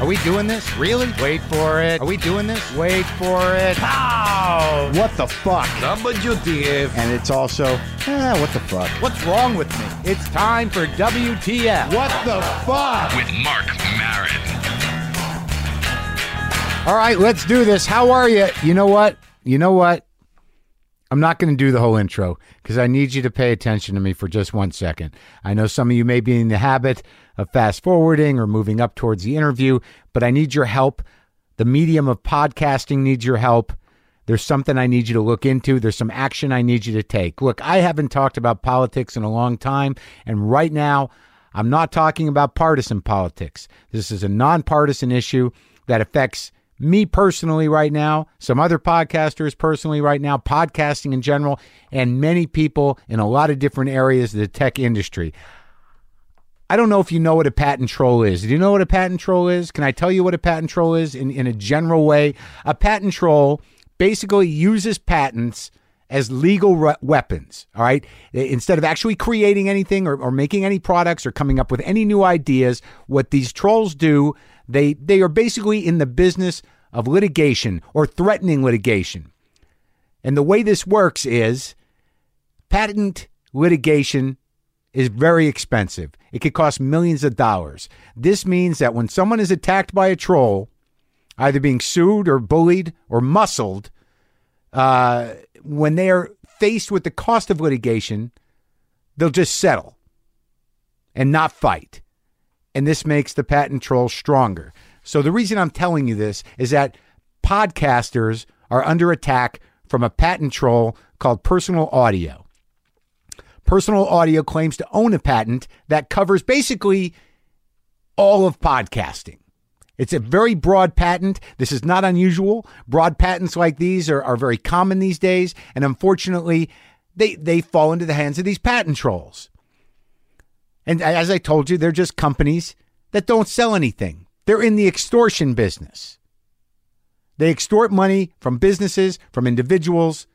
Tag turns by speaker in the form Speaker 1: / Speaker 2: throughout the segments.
Speaker 1: Are we doing this? Really? Wait for it. Are we doing this? Wait for it. Pow! What the fuck?
Speaker 2: WTF.
Speaker 1: And it's also, eh, what the fuck? What's wrong with me? It's time for WTF. What the fuck?
Speaker 3: With Mark Marin.
Speaker 1: All right, let's do this. How are you? You know what? You know what? I'm not going to do the whole intro because I need you to pay attention to me for just one second. I know some of you may be in the habit of fast forwarding or moving up towards the interview, but I need your help. The medium of podcasting needs your help. There's something I need you to look into. There's some action I need you to take. Look, I haven't talked about politics in a long time, and right now, I'm not talking about partisan politics. This is a nonpartisan issue that affects me personally right now, some other podcasters personally right now, podcasting in general, and many people in a lot of different areas of the tech industry. I don't know if you know what a patent troll is. Do you know what a patent troll is? Can I tell you what a patent troll is in, in a general way? A patent troll basically uses patents as legal re- weapons, all right? I- Instead of actually creating anything or, or making any products or coming up with any new ideas, what these trolls do, they, they are basically in the business of litigation or threatening litigation. And the way this works is patent litigation is very expensive. It could cost millions of dollars. This means that when someone is attacked by a troll, either being sued or bullied or muscled, uh, when they are faced with the cost of litigation, they'll just settle and not fight. And this makes the patent troll stronger. So the reason I'm telling you this is that podcasters are under attack from a patent troll called personal audio. Personal Audio claims to own a patent that covers basically all of podcasting. It's a very broad patent. This is not unusual. Broad patents like these are, are very common these days, and unfortunately, they, they fall into the hands of these patent trolls. And as I told you, they're just companies that don't sell anything. They're in the extortion business. They extort money from businesses, from individuals,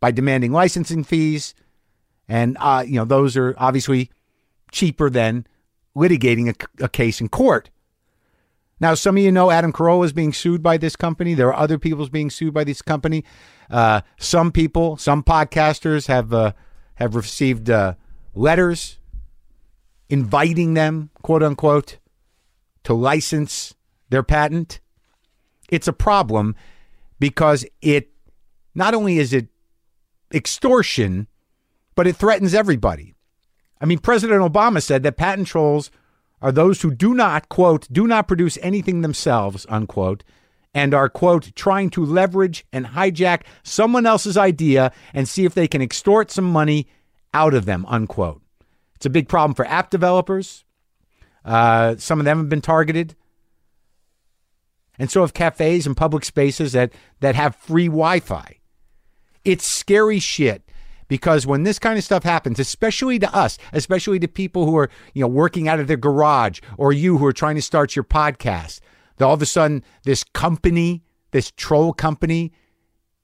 Speaker 1: by demanding licensing fees, and uh, you know those are obviously cheaper than litigating a, c- a case in court. Now, some of you know Adam Carolla is being sued by this company. There are other people's being sued by this company. Uh, some people, some podcasters have uh, have received uh, letters inviting them, quote unquote, to license their patent. It's a problem because it not only is it extortion, but it threatens everybody. I mean, President Obama said that patent trolls are those who do not, quote, do not produce anything themselves, unquote, and are, quote, trying to leverage and hijack someone else's idea and see if they can extort some money out of them, unquote. It's a big problem for app developers. Uh, some of them have been targeted. And so have cafes and public spaces that, that have free Wi Fi. It's scary shit because when this kind of stuff happens, especially to us, especially to people who are, you know, working out of their garage or you who are trying to start your podcast, that all of a sudden this company, this troll company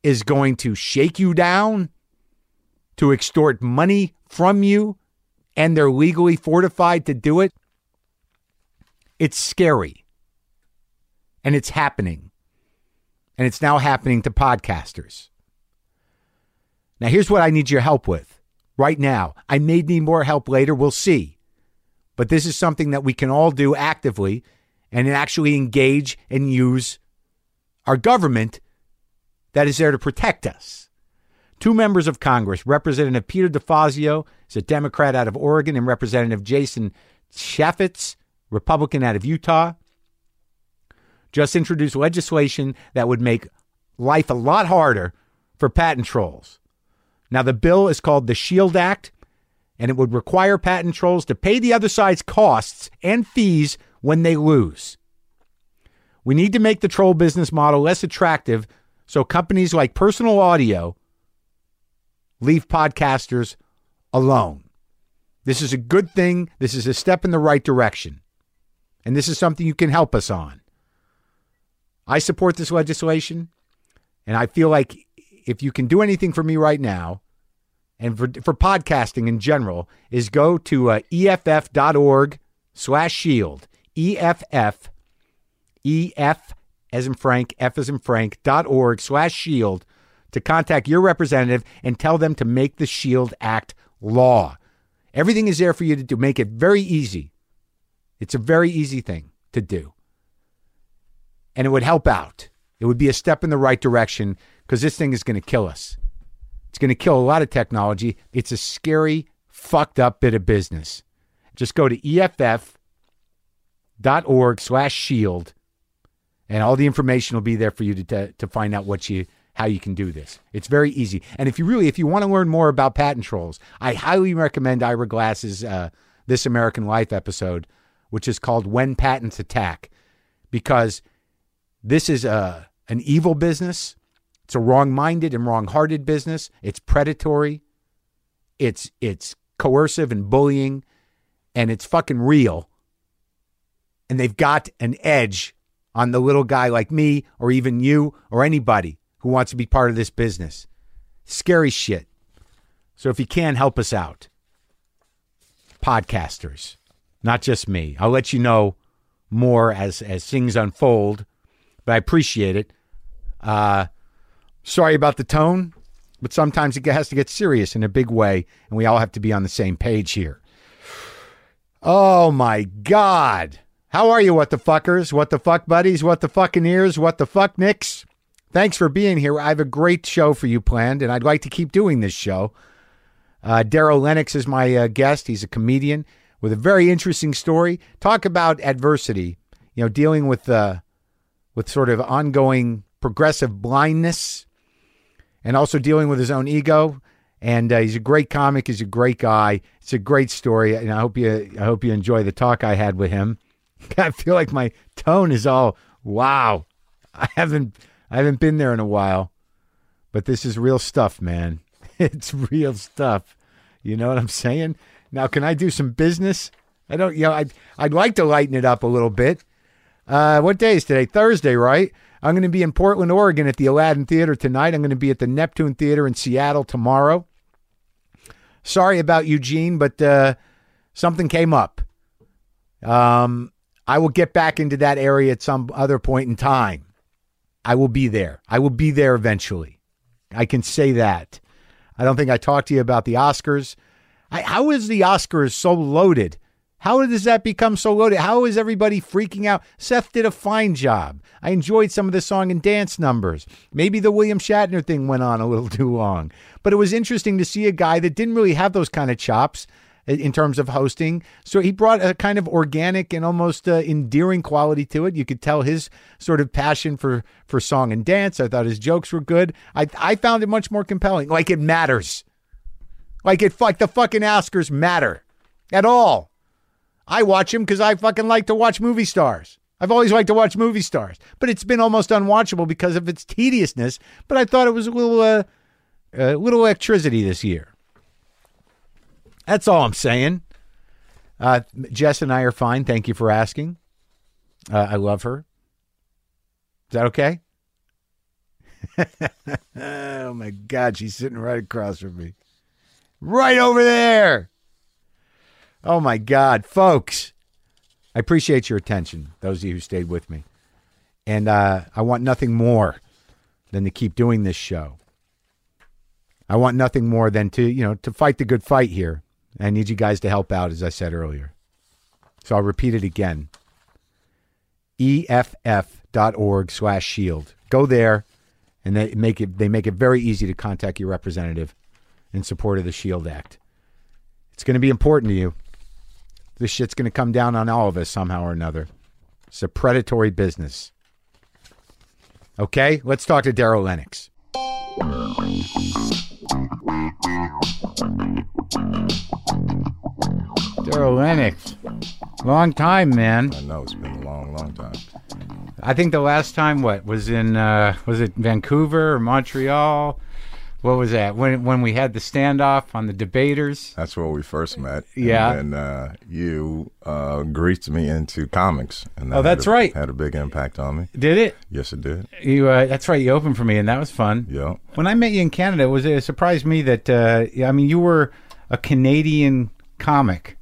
Speaker 1: is going to shake you down to extort money from you and they're legally fortified to do it. It's scary. And it's happening. And it's now happening to podcasters. Now, here's what I need your help with right now. I may need more help later. We'll see. But this is something that we can all do actively and actually engage and use our government that is there to protect us. Two members of Congress, Representative Peter DeFazio, is a Democrat out of Oregon, and Representative Jason Chaffetz, Republican out of Utah, just introduced legislation that would make life a lot harder for patent trolls. Now, the bill is called the SHIELD Act, and it would require patent trolls to pay the other side's costs and fees when they lose. We need to make the troll business model less attractive so companies like Personal Audio leave podcasters alone. This is a good thing. This is a step in the right direction. And this is something you can help us on. I support this legislation. And I feel like if you can do anything for me right now, and for, for podcasting in general, is go E to uh, EFF.org slash shield. EFF, EF as in Frank, F as in Frank, dot org slash shield to contact your representative and tell them to make the Shield Act law. Everything is there for you to do. Make it very easy. It's a very easy thing to do. And it would help out. It would be a step in the right direction because this thing is going to kill us. It's going to kill a lot of technology. It's a scary, fucked up bit of business. Just go to E eff.org slash shield and all the information will be there for you to, to to find out what you how you can do this. It's very easy. And if you really if you want to learn more about patent trolls, I highly recommend Ira Glass's uh, This American Life episode, which is called When Patents Attack, because this is a an evil business. It's a wrong-minded and wrong-hearted business. It's predatory. It's it's coercive and bullying, and it's fucking real and they've got an edge on the little guy like me or even you or anybody who wants to be part of this business. Scary shit. So if you can help us out, podcasters, not just me. I'll let you know more as as things unfold, but I appreciate it. Uh sorry about the tone, but sometimes it has to get serious in a big way and we all have to be on the same page here. Oh my God. How are you, what the fuckers? What the fuck buddies? What the fucking ears? What the fuck nicks? Thanks for being here. I have a great show for you planned, and I'd like to keep doing this show. Uh, Daryl Lennox is my uh, guest. He's a comedian with a very interesting story. Talk about adversity, you know, dealing with uh, with sort of ongoing progressive blindness and also dealing with his own ego. And uh, he's a great comic. He's a great guy. It's a great story, and I hope you I hope you enjoy the talk I had with him. I feel like my tone is all wow. I haven't I haven't been there in a while, but this is real stuff, man. It's real stuff. You know what I'm saying? Now, can I do some business? I don't. You know, I I'd like to lighten it up a little bit. Uh, what day is today? Thursday, right? I'm going to be in Portland, Oregon at the Aladdin Theater tonight. I'm going to be at the Neptune Theater in Seattle tomorrow. Sorry about Eugene, but uh, something came up. Um, I will get back into that area at some other point in time. I will be there. I will be there eventually. I can say that. I don't think I talked to you about the Oscars. I, how is the Oscars so loaded? How does that become so loaded? How is everybody freaking out? Seth did a fine job. I enjoyed some of the song and dance numbers. Maybe the William Shatner thing went on a little too long, but it was interesting to see a guy that didn't really have those kind of chops in- in terms of hosting. So he brought a kind of organic and almost uh, endearing quality to it. You could tell his sort of passion for for song and dance. I thought his jokes were good. I I found it much more compelling. Like it matters. Like it like the fucking Oscars matter at all. I watch them because I fucking like to watch movie stars. I've always liked to watch movie stars, but it's been almost unwatchable because of its tediousness. But I thought it was a little, uh, uh, little electricity this year. That's all I'm saying. Uh, Jess and I are fine. Thank you for asking. Uh, I love her. Is that okay? oh my God, she's sitting right across from me. Right over there. Oh my God, folks. I appreciate your attention, those of you who stayed with me. And uh, I want nothing more than to keep doing this show. I want nothing more than to, you know, to fight the good fight here. I need you guys to help out, as I said earlier. So I'll repeat it again. E EFF.org slash shield. Go there and they make it they make it very easy to contact your representative in support of the Shield Act. It's gonna be important to you. This shit's gonna come down on all of us somehow or another. It's a predatory business. Okay, let's talk to Daryl Lennox. Daryl Lennox. Long time, man.
Speaker 2: I know it's been a long, long time.
Speaker 1: I think the last time what was in uh, was it Vancouver or Montreal? What was that? When when we had the standoff on the debaters?
Speaker 2: That's where we first met.
Speaker 1: Yeah.
Speaker 2: and then, uh, you uh, greased me into comics, and that
Speaker 1: Oh, that's
Speaker 2: had a-
Speaker 1: right.
Speaker 2: Had a big impact on me.
Speaker 1: Did it?
Speaker 2: Yes, it did.
Speaker 1: You uh, that's right. You opened for me, and that was fun.
Speaker 2: Yeah,
Speaker 1: When I met you in Canada, it was it surprised me that uh, I mean you were a Canadian comic.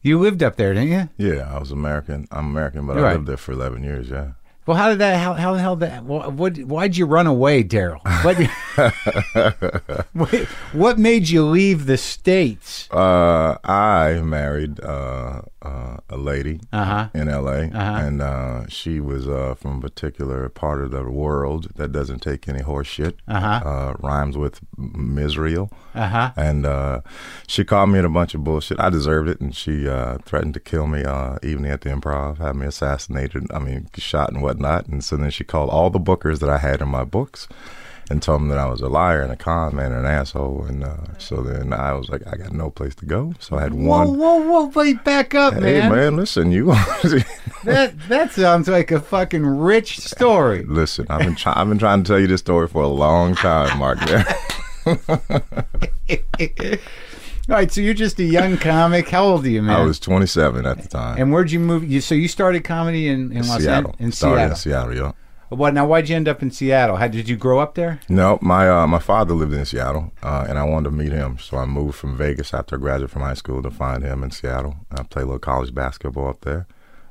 Speaker 1: You lived up there, didn't you?
Speaker 2: Yeah, I was American. I'm American, but
Speaker 1: Right.
Speaker 2: I lived there for 11 years. Yeah.
Speaker 1: Well, how did that? How how the hell that? What? what why'd you run away, Daryl? What, what? What made you leave the states?
Speaker 2: Uh, I married uh, uh, a lady
Speaker 1: Uh-huh.
Speaker 2: in L.A. and uh, she was uh, from a particular part of the world that doesn't take any horse shit.
Speaker 1: Uh-huh.
Speaker 2: Uh, rhymes with Misreal.
Speaker 1: Uh huh.
Speaker 2: And uh, she called me in a bunch of bullshit. I deserved it, and she uh, threatened to kill me uh, evening at the Improv, had me assassinated. I mean, shot and whatnot. And so then she called all the bookers that I had in my books, and told them that I was a liar and a con man and an asshole. And uh, so then I was like, I got no place to go. So I had
Speaker 1: Whoa,
Speaker 2: one.
Speaker 1: whoa, whoa! Wait, back up,
Speaker 2: Hey
Speaker 1: man.
Speaker 2: man, listen, you.
Speaker 1: That that sounds like a fucking rich story.
Speaker 2: listen, I've been try- I've been trying to tell you this story for a long time, Mark.
Speaker 1: All right, so you're just a young comic. How old are you, man?
Speaker 2: I was 27 at the time.
Speaker 1: And where'd you move? You so you started comedy in, in Los
Speaker 2: Seattle.
Speaker 1: Angeles in
Speaker 2: Started
Speaker 1: Seattle.
Speaker 2: in Seattle, yeah.
Speaker 1: What now? Why'd you end up in Seattle? How did you grow up there?
Speaker 2: No, my uh, my father lived in Seattle, uh, and I wanted to meet him, so I moved from Vegas after I graduated from high school to find him in Seattle. I played a little college basketball up there.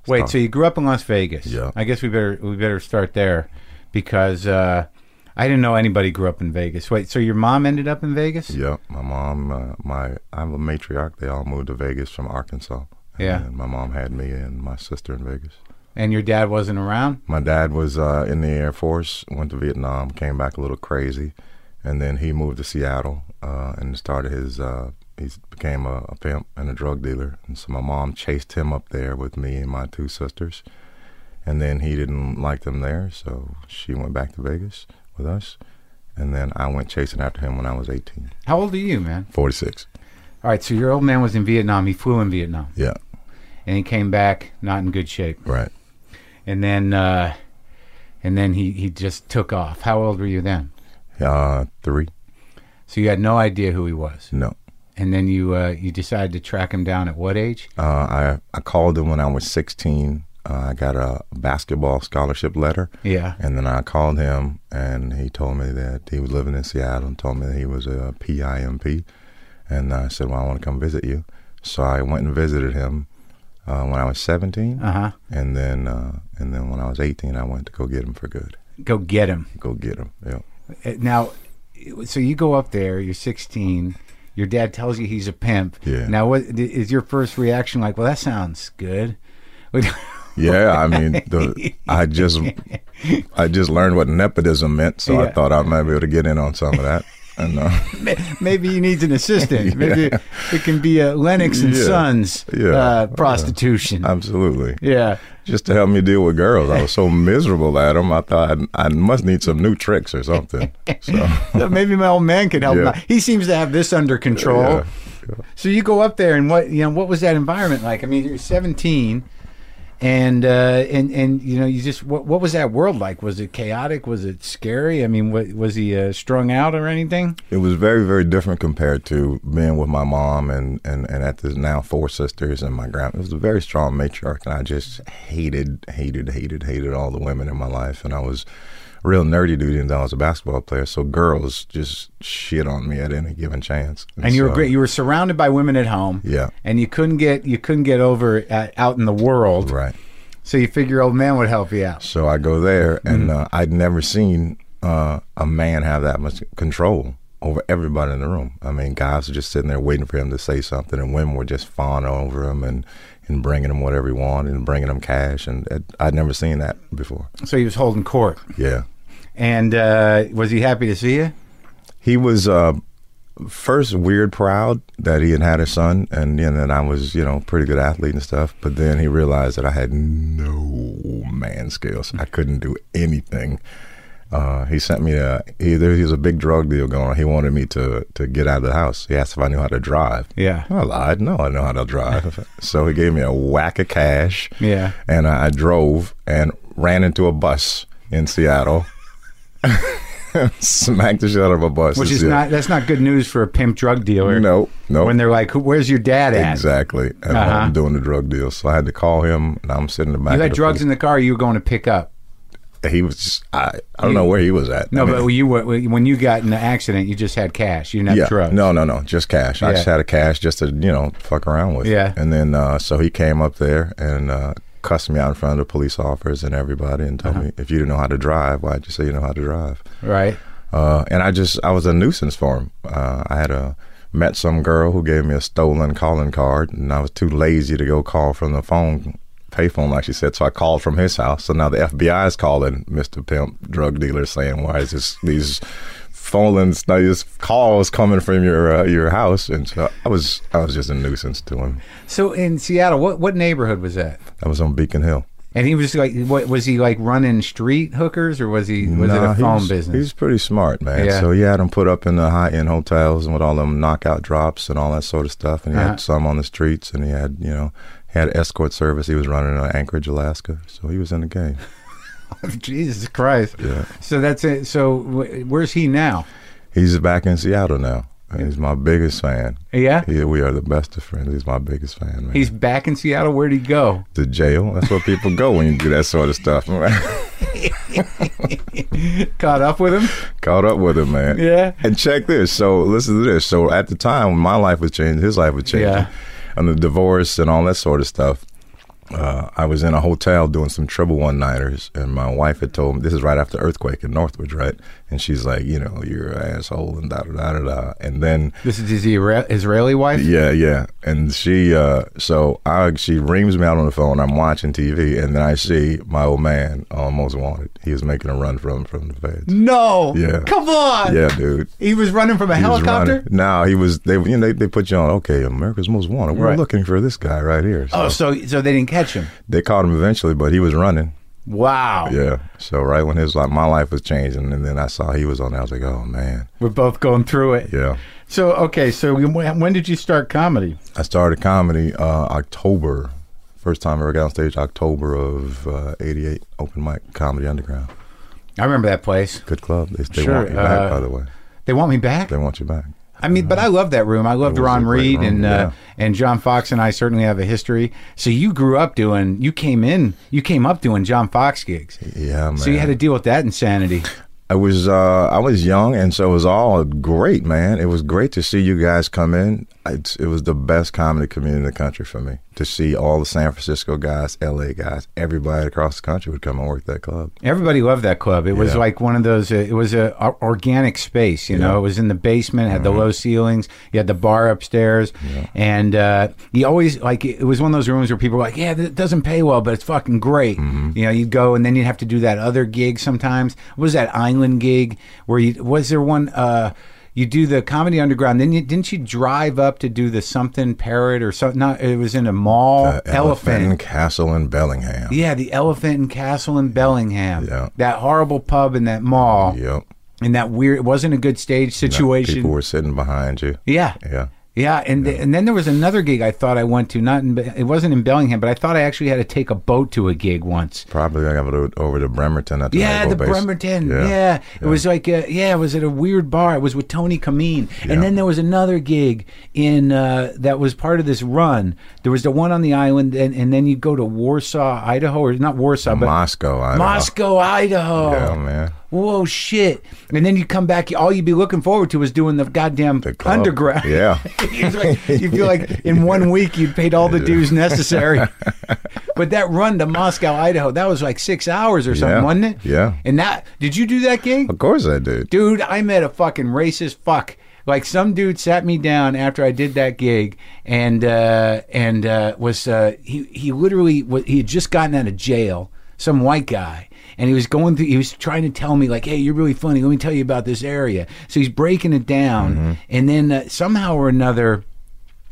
Speaker 1: Wait,
Speaker 2: Stop.
Speaker 1: so you grew up in Las Vegas?
Speaker 2: Yeah.
Speaker 1: I guess we better we better start there because uh, I didn't know anybody grew up in Vegas. Wait, so your mom ended up in Vegas?
Speaker 2: Yep, my mom, uh, my I'm a matriarch. They all moved to Vegas from Arkansas.
Speaker 1: Yeah.
Speaker 2: and my mom had me and my sister in Vegas.
Speaker 1: And your dad wasn't around?
Speaker 2: My dad was uh, in the Air Force, went to Vietnam, came back a little crazy, and then he moved to Seattle uh, and started his. Uh, he became a, a pimp and a drug dealer, and so my mom chased him up there with me and my two sisters, and then he didn't like them there, so she went back to Vegas with us, and then I went chasing after him when I was 18,
Speaker 1: How old are you, man?
Speaker 2: 46.
Speaker 1: All right, so your old man was in Vietnam. He flew in Vietnam
Speaker 2: Yeah,
Speaker 1: and he came back not in good shape.
Speaker 2: right.
Speaker 1: And then uh, and then he, he just took off. How old were you then?
Speaker 2: Uh, three.
Speaker 1: So you had no idea who he was.
Speaker 2: No.
Speaker 1: And then you uh, you decided to track him down at what age?
Speaker 2: Uh, I I called him when I was 16. Uh, I got a basketball scholarship letter.
Speaker 1: Yeah.
Speaker 2: And then I called him, and he told me that he was living in Seattle and told me that he was a PIMP. And I said, Well, I want to come visit you. So I went and visited him uh, when I was 17.
Speaker 1: Uh huh.
Speaker 2: And then uh, and then when I was 18, I went to go get him for good.
Speaker 1: Go get him.
Speaker 2: Go get him. Yeah.
Speaker 1: Uh, now so you go up there you're 16 your dad tells you he's a pimp
Speaker 2: Yeah.
Speaker 1: now what is your first reaction like well that sounds good
Speaker 2: Yeah, I mean, the, I just I just learned what nepotism meant, so
Speaker 1: Yeah.
Speaker 2: I thought I might be able to get in on some of that. And uh,
Speaker 1: maybe he needs an assistant maybe it can be a lennox and
Speaker 2: Yeah.
Speaker 1: sons
Speaker 2: Yeah.
Speaker 1: uh, prostitution
Speaker 2: absolutely,
Speaker 1: yeah
Speaker 2: just to help me deal with girls. I was so miserable at them. I thought I, I must need some new tricks or something. So
Speaker 1: So maybe my old man could help him
Speaker 2: Yeah.
Speaker 1: out. he seems to have this under control
Speaker 2: yeah.
Speaker 1: so you go up there and what you know what was that environment like i mean you're 17 and uh, and and you know you just what what was that world like? Was it chaotic? Was it scary? I mean, what, was he uh, strung out or anything?
Speaker 2: it was very, very different compared to being with my mom and and and at this now four sisters and my grandma. It was a very strong matriarch, and I just hated, hated, hated, hated all the women in my life, and I was. Real nerdy dude, and I was a basketball player, so girls just shit on me at any given chance.
Speaker 1: And you were
Speaker 2: so-
Speaker 1: great. You were surrounded by women at home.
Speaker 2: Yeah.
Speaker 1: And you couldn't get you couldn't get over at, out in the world.
Speaker 2: right?
Speaker 1: So you figure old man would help you out.
Speaker 2: So I go there, and uh, I'd never seen uh, a man have that much control over everybody in the room. I mean, guys are just sitting there waiting for him to say something, and women were just fawning over him and, and bringing him whatever he wanted and bringing him cash. And it, I'd never seen that before.
Speaker 1: So he was holding court.
Speaker 2: Yeah.
Speaker 1: And uh, was he happy to see you?
Speaker 2: He was uh, first weird proud that he had had a son, and you know, that I was, you know, pretty good athlete and stuff. But then he realized that I had no man skills. I couldn't do anything. Uh, he sent me a. He, there was a big drug deal going on. He wanted me to to get out of the house. He asked if I knew how to drive.
Speaker 1: Yeah.
Speaker 2: I lied. No, I know how to drive. so he gave me a whack of cash.
Speaker 1: Yeah.
Speaker 2: And I, I drove and ran into a bus in Seattle. Smacked the shit out of a bus.
Speaker 1: Which
Speaker 2: in
Speaker 1: is
Speaker 2: Seattle.
Speaker 1: not that's not good news for a pimp drug dealer.
Speaker 2: No, no.
Speaker 1: When they're like, "Who- "Where's your dad at?"
Speaker 2: exactly. And
Speaker 1: Uh-huh.
Speaker 2: I'm doing the drug deal, so I had to call him, and I'm sitting in the back.
Speaker 1: You
Speaker 2: of
Speaker 1: had
Speaker 2: the
Speaker 1: drugs in the car. You were going to pick up.
Speaker 2: he was just, I, I don't know where he was at.
Speaker 1: No,
Speaker 2: I mean,
Speaker 1: but when you were when you got in the accident, you just had cash. You didn't have
Speaker 2: yeah,
Speaker 1: drugs.
Speaker 2: no, no, no, just cash. I
Speaker 1: Yeah.
Speaker 2: just had a cash just to you know fuck around with.
Speaker 1: Yeah.
Speaker 2: and then uh, so he came up there and uh, cussed me out in front of the police officers and everybody and told
Speaker 1: Uh-huh.
Speaker 2: me if you didn't know how to drive, why'd you say you know how to drive?
Speaker 1: right?
Speaker 2: Uh, and I just I was a nuisance for him. Uh, I had a met some girl who gave me a stolen calling card, and I was too lazy to go call from the phone payphone like she said. So I called from his house. So now the FBI is calling Mr. Pimp, drug dealer, saying why is this these phonings, now these calls coming from your uh, your house? And so I was I was just a nuisance to him.
Speaker 1: So in Seattle, what what neighborhood was that?
Speaker 2: I was on Beacon Hill.
Speaker 1: And he was like, what was he like running street hookers or was he was it
Speaker 2: Nah,
Speaker 1: a
Speaker 2: he
Speaker 1: phone
Speaker 2: was-
Speaker 1: business?
Speaker 2: He was pretty smart, man.
Speaker 1: Yeah.
Speaker 2: So he had them put up in the high end hotels and with all them knockout drops and all that sort of stuff. And he
Speaker 1: Uh-huh.
Speaker 2: had some on the streets, and he had you know he had escort service. He was running in Anchorage, Alaska. So he was in the game.
Speaker 1: Jesus Christ!
Speaker 2: Yeah.
Speaker 1: So that's it. So wh- where's he now?
Speaker 2: He's back in Seattle now. and He's my biggest fan.
Speaker 1: Yeah,
Speaker 2: He, we are the best of friends. He's my biggest fan, man.
Speaker 1: he's back in Seattle. Where'd he go?
Speaker 2: to jail. That's where people go when you do that sort of stuff.
Speaker 1: Caught up with him.
Speaker 2: Caught up with him, man.
Speaker 1: Yeah.
Speaker 2: And check this. So listen to this. So at the time, my life was changing. His life was changing.
Speaker 1: Yeah.
Speaker 2: And the divorce and all that sort of stuff. Uh, I was in a hotel doing some triple one nighters, and my wife had told me this is right after earthquake in Northridge, right? And she's like, you know, you're an asshole and da da da da da. And then
Speaker 1: This is his Isra- Israeli wife.
Speaker 2: yeah, yeah. And she, uh, so I, she rings me out on the phone. I'm watching TV, and then I see my old man, almost wanted. He was making a run from from the feds.
Speaker 1: No.
Speaker 2: Yeah.
Speaker 1: Come on.
Speaker 2: Yeah, dude.
Speaker 1: He was running from a
Speaker 2: He was
Speaker 1: helicopter.
Speaker 2: running. No, he was. They, you know, they, they put you on. Okay, America's Most Wanted. We're
Speaker 1: Right.
Speaker 2: looking for this guy right here. So
Speaker 1: Oh, so so they didn't catch him.
Speaker 2: they caught him eventually, but he was running.
Speaker 1: Wow.
Speaker 2: Yeah. So right when his like my life was changing, and then I saw he was on there, I was like, oh man.
Speaker 1: We're both going through it.
Speaker 2: Yeah.
Speaker 1: So okay. So when, when did you start comedy?
Speaker 2: I started comedy uh, October. First time I ever got on stage, October of uh, '88, open mic comedy underground.
Speaker 1: I remember that place.
Speaker 2: Good club. They, they
Speaker 1: Sure,
Speaker 2: want you back,
Speaker 1: uh,
Speaker 2: by the way.
Speaker 1: They want me back.
Speaker 2: They want you back.
Speaker 1: I mean, but I love that room. I loved
Speaker 2: It was a
Speaker 1: Ron
Speaker 2: great
Speaker 1: Reed
Speaker 2: room,
Speaker 1: and uh,
Speaker 2: yeah.
Speaker 1: and John Fox and I certainly have a history. So you grew up doing. You came in. You came up doing John Fox gigs.
Speaker 2: Yeah, Oh, man.
Speaker 1: So you had to deal with that insanity.
Speaker 2: I was uh, I was young, and so it was all great, man. It was great to see you guys come in. It's, it was the best comedy community in the country for me to see all the San Francisco guys, L.A. guys, everybody across the country would come and work that club.
Speaker 1: Everybody loved that club. It was
Speaker 2: Yeah.
Speaker 1: like one of those. Uh, it was a, o- organic space, you know. It was in the basement, had the low ceilings. You had the bar upstairs, and uh, you always like it was one of those rooms where people were like, "Yeah, it doesn't pay well, but it's fucking great."
Speaker 2: Mm-hmm.
Speaker 1: You know, you'd go and then you'd have to do that other gig sometimes. What was that island gig where you was there one? Uh, you do the comedy underground, then you didn't you drive up to do the something parrot or something? Not it was in a mall,
Speaker 2: The Uh, Elephant Castle in Bellingham.
Speaker 1: Oh, yeah, the Elephant and Castle in Bellingham.
Speaker 2: Yeah.
Speaker 1: That horrible pub in that mall.
Speaker 2: Yep.
Speaker 1: And that weird, it wasn't a good stage situation.
Speaker 2: People were sitting behind you.
Speaker 1: yeah.
Speaker 2: Yeah.
Speaker 1: Yeah, and th- and then there was another gig I thought I went to. Not in, Be- it wasn't in Bellingham, but I thought I actually had to take a boat to a gig once.
Speaker 2: Probably I got to- over to Bremerton at the
Speaker 1: Yeah,
Speaker 2: Naval
Speaker 1: the
Speaker 2: Base.
Speaker 1: Bremerton. Yeah. it was like uh yeah, it was at a weird bar. It was with Tony Kameen,
Speaker 2: Yeah.
Speaker 1: and then there was another gig in uh, that was part of this run. There was the one on the island, and, and then you go to Warsaw, Idaho, or not Warsaw, but
Speaker 2: Moscow. I don't know.
Speaker 1: Moscow, Idaho.
Speaker 2: Yeah, man.
Speaker 1: Whoa, shit! And then you come back. All you'd be looking forward to was doing the goddamn
Speaker 2: The club.
Speaker 1: underground.
Speaker 2: Yeah.
Speaker 1: It's like- you feel like in one week you'd paid all the dues necessary. but that run to Moscow, Idaho, that was like six hours or something,
Speaker 2: Yeah.
Speaker 1: wasn't it?
Speaker 2: Yeah.
Speaker 1: And that did you do that gig?
Speaker 2: Of course I did.
Speaker 1: Dude, I met a fucking racist fuck. Like some dude sat me down after I did that gig, and uh, and uh, was uh, he he literally was, he had just gotten out of jail, some white guy, and he was going through. He was trying to tell me like, "Hey, you're really funny. Let me tell you about this area." So he's breaking it down, and then uh, somehow or another,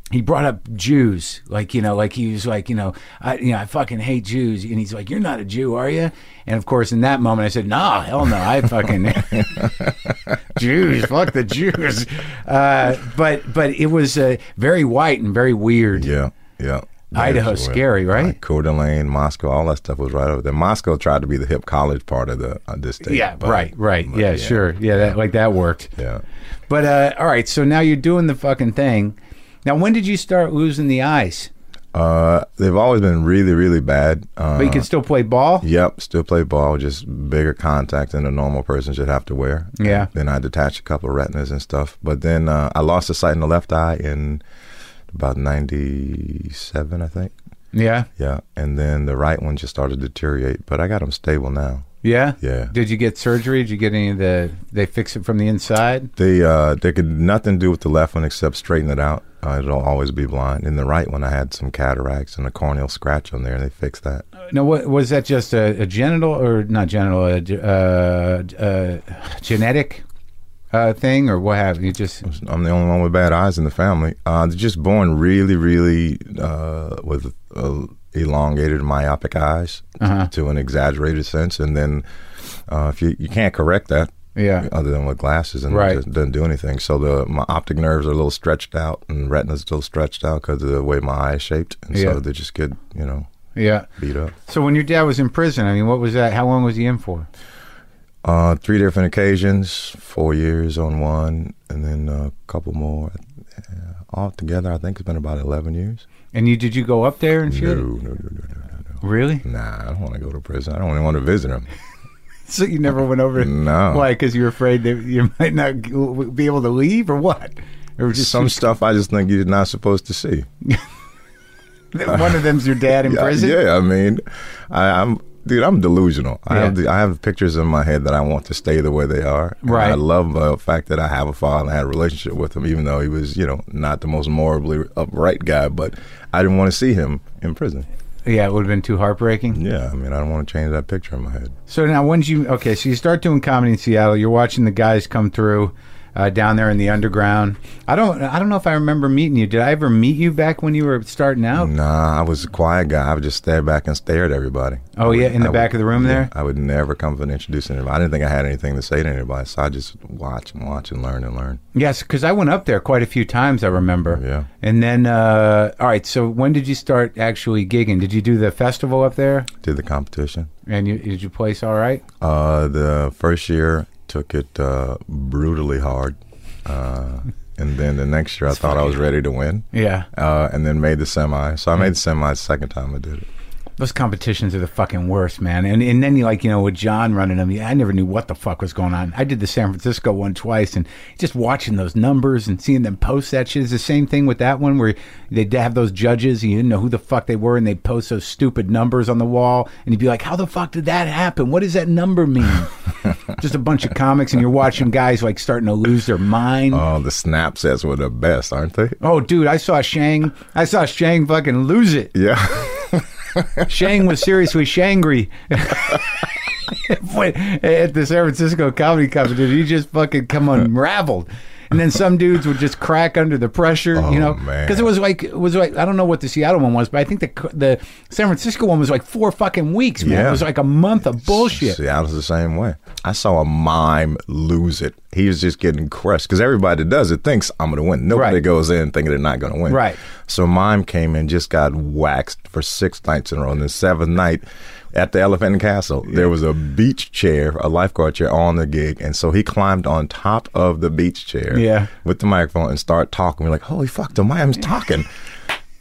Speaker 1: he brought up Jews, like you know, like he was like you know, I you know I fucking hate Jews, and he's like, you're not a Jew, are you? And of course, in that moment, I said, nah, hell no, I fucking Jews, fuck the Jews. Uh, but but it was uh, very white and very weird.
Speaker 2: Yeah, yeah.
Speaker 1: Idaho's
Speaker 2: That's where-
Speaker 1: scary, right?
Speaker 2: Like Coeur d'Alene, Moscow, all that stuff was right over there. Moscow tried to be the hip college part of the uh, this state.
Speaker 1: Yeah,
Speaker 2: but-
Speaker 1: right, right.
Speaker 2: but
Speaker 1: yeah, sure. Yeah, that like that worked.
Speaker 2: Yeah.
Speaker 1: But uh, all right, so now you're doing the fucking thing. Now, when did you start losing the eyes?
Speaker 2: Uh, they've always been really, really bad. Uh,
Speaker 1: But you can still play ball.
Speaker 2: Yep, still play ball, just bigger contact than a normal person should have to wear.
Speaker 1: Yeah.
Speaker 2: Then I detached a couple of retinas and stuff. But then uh, I lost the sight in the left eye in about 97, I think.
Speaker 1: Yeah,
Speaker 2: Yeah. And then the right one just started to deteriorate, but I got them stable now.
Speaker 1: yeah,
Speaker 2: Yeah.
Speaker 1: Did you get surgery? Did you get any of the? They fix it from the inside.
Speaker 2: They uh, they could nothing do with the left one except straighten it out. Uh, it'll always be blind. In the right one, I had some cataracts and a corneal scratch on there, and they fixed that.
Speaker 1: No, what was that? Just a, a genital or not genital? A, ge- uh, uh, genetic uh, thing or what have you? Just
Speaker 2: I'm the only one with bad eyes in the family. Uh, they're just born really, really uh, with uh, elongated myopic eyes
Speaker 1: Uh-huh.
Speaker 2: to an exaggerated sense, and then uh, if you you can't correct that
Speaker 1: yeah,
Speaker 2: other than with glasses, and
Speaker 1: Right.
Speaker 2: it just doesn't do anything. So the my optic nerves are a little stretched out, and retina's still stretched out because of the way my eye is shaped, and
Speaker 1: Yeah.
Speaker 2: so they just get you know
Speaker 1: yeah.
Speaker 2: beat up.
Speaker 1: So when your dad was in prison, I mean, what was that? How long was he in for?
Speaker 2: Uh, three different occasions, four years on one, and then a couple more. Uh, Altogether, I think it's been about eleven years.
Speaker 1: And you did you go up there and
Speaker 2: No,
Speaker 1: shit?
Speaker 2: no, no, no, no, no,
Speaker 1: Really?
Speaker 2: no. Nah, I don't want to go to prison. I don't even want to visit him.
Speaker 1: So you never went over?
Speaker 2: No.
Speaker 1: Why? Because you're afraid that you might not g- w- be able to leave, or what? Or just
Speaker 2: Some stuff I just think you're not supposed to see.
Speaker 1: one of them's your dad in
Speaker 2: Yeah,
Speaker 1: prison.
Speaker 2: yeah, I mean, I, I'm dude. I'm delusional. I have
Speaker 1: Yeah.
Speaker 2: the, I have pictures in my head that I want to stay the way they are. And
Speaker 1: Right.
Speaker 2: I love the fact that I have a father and I had a relationship with him, even though he was you know not the most morally upright guy. But I didn't want to see him in prison.
Speaker 1: Yeah, it would have been too heartbreaking.
Speaker 2: Yeah, I mean, I don't want to change that picture in my head.
Speaker 1: So now, once you okay, so you start doing comedy in Seattle, you're watching the guys come through uh, down there in the underground. I don't, I don't know if I remember meeting you. Did I ever meet you back when you were starting out?
Speaker 2: Nah, I was a quiet guy. I would just stare back and stare at everybody.
Speaker 1: Oh,
Speaker 2: I would-
Speaker 1: yeah, in the
Speaker 2: I
Speaker 1: back of the room
Speaker 2: yeah,
Speaker 1: there?
Speaker 2: I would never come and introduce anybody. I didn't think I had anything to say to anybody, so I just watch and watch and learn and learn.
Speaker 1: Yes, because I went up there quite a few times. I remember.
Speaker 2: Yeah.
Speaker 1: And then, uh, all right. So when did you start actually gigging? Did you do the festival up there?
Speaker 2: Did the competition.
Speaker 1: And you, did you place all right?
Speaker 2: Uh, the first year took it uh, brutally hard, uh, and then the next year I thought I was ready to win,
Speaker 1: Yeah. Hmm.
Speaker 2: uh, and then made the semi. So I made the semi the second time I did it.
Speaker 1: Those competitions are the fucking worst, man. And and then you like you know with John running them, I never knew what the fuck was going on. I did the San Francisco one twice, and just watching those numbers and seeing them post that shit is the same thing with that one where they'd have those judges, and you didn't know who the fuck they were, and they post those stupid numbers on the wall, and you'd be like, how the fuck did that happen? What does that number mean? just a bunch of comics, and you're watching guys like starting to lose their mind.
Speaker 2: Oh, the snap sets were the best, aren't they?
Speaker 1: Oh, dude, I saw Shang. I saw Shang fucking lose it.
Speaker 2: Yeah.
Speaker 1: Shang was seriously shangry. When- at the San Francisco Comedy Competition, he just fucking come unraveled. And then some dudes would just crack under the pressure, you
Speaker 2: Oh,
Speaker 1: know,
Speaker 2: man.
Speaker 1: because it was like it was like I don't know what the Seattle one was, but I think the the San Francisco one was like four fucking weeks, man. It
Speaker 2: Yeah.
Speaker 1: was like a month of bullshit.
Speaker 2: Seattle's the same way. I saw a mime lose it. He was just getting crushed because everybody that does it thinks I'm going to win. Nobody
Speaker 1: Right.
Speaker 2: goes in thinking they're not going to win.
Speaker 1: Right.
Speaker 2: So mime came in, just got waxed for six nights in a row. And the seventh night at the Elephant and Castle, there was a beach chair, a lifeguard chair on the gig, and so he climbed on top of the beach chair
Speaker 1: Yeah.
Speaker 2: with the microphone and started talking. We're like, holy fuck, the mime's talking.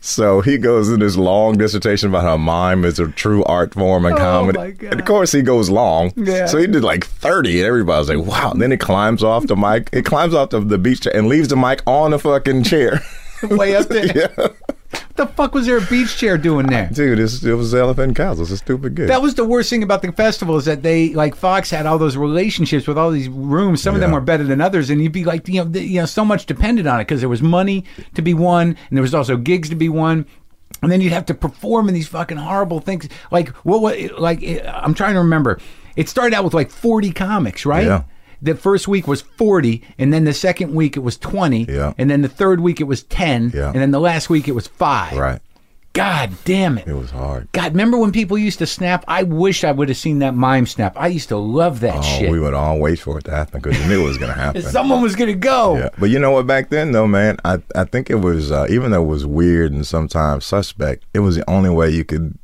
Speaker 2: So he goes in this long dissertation about how mime is a true art form and
Speaker 1: Oh,
Speaker 2: comedy.
Speaker 1: my God.
Speaker 2: And of course, he goes long.
Speaker 1: Yeah.
Speaker 2: So he did like 30, and everybody's like, wow. And then he climbs off the mic. It climbs off the, the beach chair and leaves the mic on the fucking chair.
Speaker 1: Way up there.
Speaker 2: yeah.
Speaker 1: What the fuck was there a beach chair doing there?
Speaker 2: Dude, it's, it was Elephant Castle. It's a stupid gig.
Speaker 1: That was the worst thing about the festival is that they like Fox had all those relationships with all these rooms. Some of them
Speaker 2: Yeah.
Speaker 1: were better than others, and you'd be like, you know, th- you know, so much depended on it because there was money to be won, and there was also gigs to be won. And then you'd have to perform in these fucking horrible things. Like what? What? Like eh, I'm trying to remember. It started out with like 40 comics, right?
Speaker 2: Yeah.
Speaker 1: The first week was 40, and then the second week it was 20,
Speaker 2: Yeah.
Speaker 1: and then the third week it was 10,
Speaker 2: Yeah.
Speaker 1: and then the last week it was five.
Speaker 2: right.
Speaker 1: God damn it!
Speaker 2: It was hard.
Speaker 1: God, remember when people used to snap? I wish I would have seen that mime snap. I used to love that
Speaker 2: Oh,
Speaker 1: shit.
Speaker 2: we would all wait for it to happen because we knew it was going to happen.
Speaker 1: Someone was gonna go.
Speaker 2: Yeah. But you know what? Back then, though, man, I, I think it was, uh, even though it was weird and sometimes suspect, it was the only way you could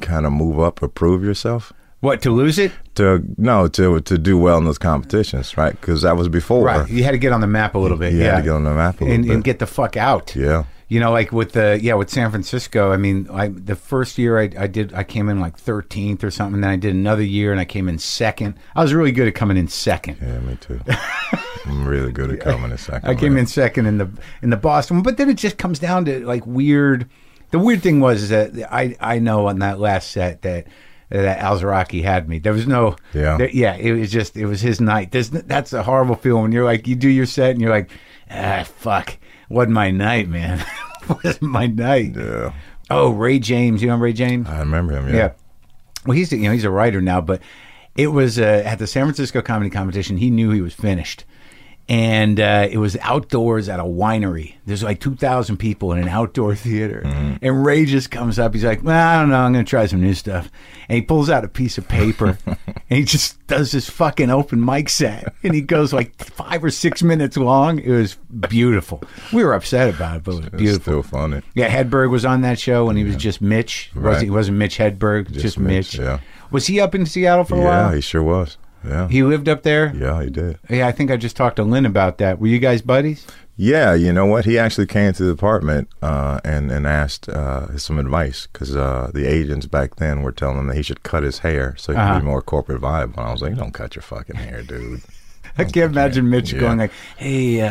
Speaker 2: kind of move up or prove yourself.
Speaker 1: What to lose it?
Speaker 2: To no, to to do well in those competitions, right? Because that was before.
Speaker 1: Right, you had to get on the map a little bit.
Speaker 2: You
Speaker 1: yeah,
Speaker 2: had to get on the map a little
Speaker 1: and,
Speaker 2: bit.
Speaker 1: and get the fuck out.
Speaker 2: Yeah.
Speaker 1: you know, like with the yeah, with San Francisco. I mean, I the first year I, I did, I came in like thirteenth or something. Then I did another year, and I came in second. I was really good at coming in second.
Speaker 2: Yeah, me too. I'm really good at coming in second.
Speaker 1: I came
Speaker 2: man.
Speaker 1: in second in the in the Boston, one, but then it just comes down to like weird. The weird thing was is that I I know on that last set that that Alzaraki had me. There was no
Speaker 2: Yeah.
Speaker 1: there- yeah. It was just it was his night. There's, n- that's a horrible feeling when you're like you do your set and you're like ah fuck wasn't my night man wasn't my night.
Speaker 2: Yeah,
Speaker 1: Oh Ray James, you know Ray James?
Speaker 2: I remember him. Yeah.
Speaker 1: Yeah. Well, he's you know he's a writer now, but it was uh, at the San Francisco Comedy Competition. He knew he was finished, and uh, it was outdoors at a winery. There's like two thousand people in an outdoor theater, and Ray just comes up. He's like, "Well, I don't know. I'm going to try some new stuff," and he pulls out a piece of paper, and he just does this fucking open mic set, and he goes like five or six minutes long. It was beautiful. We were upset about it, but it was
Speaker 2: It's
Speaker 1: beautiful.
Speaker 2: still funny.
Speaker 1: Yeah, Hedberg was on that show, and he was just Mitch. He wasn't,
Speaker 2: Right.
Speaker 1: he wasn't Mitch Hedberg, just, Mitch.
Speaker 2: Mitch, yeah.
Speaker 1: Was he up in Seattle for a
Speaker 2: Yeah,
Speaker 1: while?
Speaker 2: he sure was. Yeah.
Speaker 1: He lived up there.
Speaker 2: yeah, he did.
Speaker 1: Yeah, I think I just talked to Lynn about that. Were you guys buddies?
Speaker 2: Yeah, you know what? He actually came to the apartment uh, and and asked uh, some advice because uh, the agents back then were telling him that he should cut his hair so he
Speaker 1: Uh-huh.
Speaker 2: could be more corporate vibe. And I was like, "Don't cut your fucking hair, dude."
Speaker 1: I can't imagine Mitch
Speaker 2: Yeah.
Speaker 1: going like, "Hey, uh,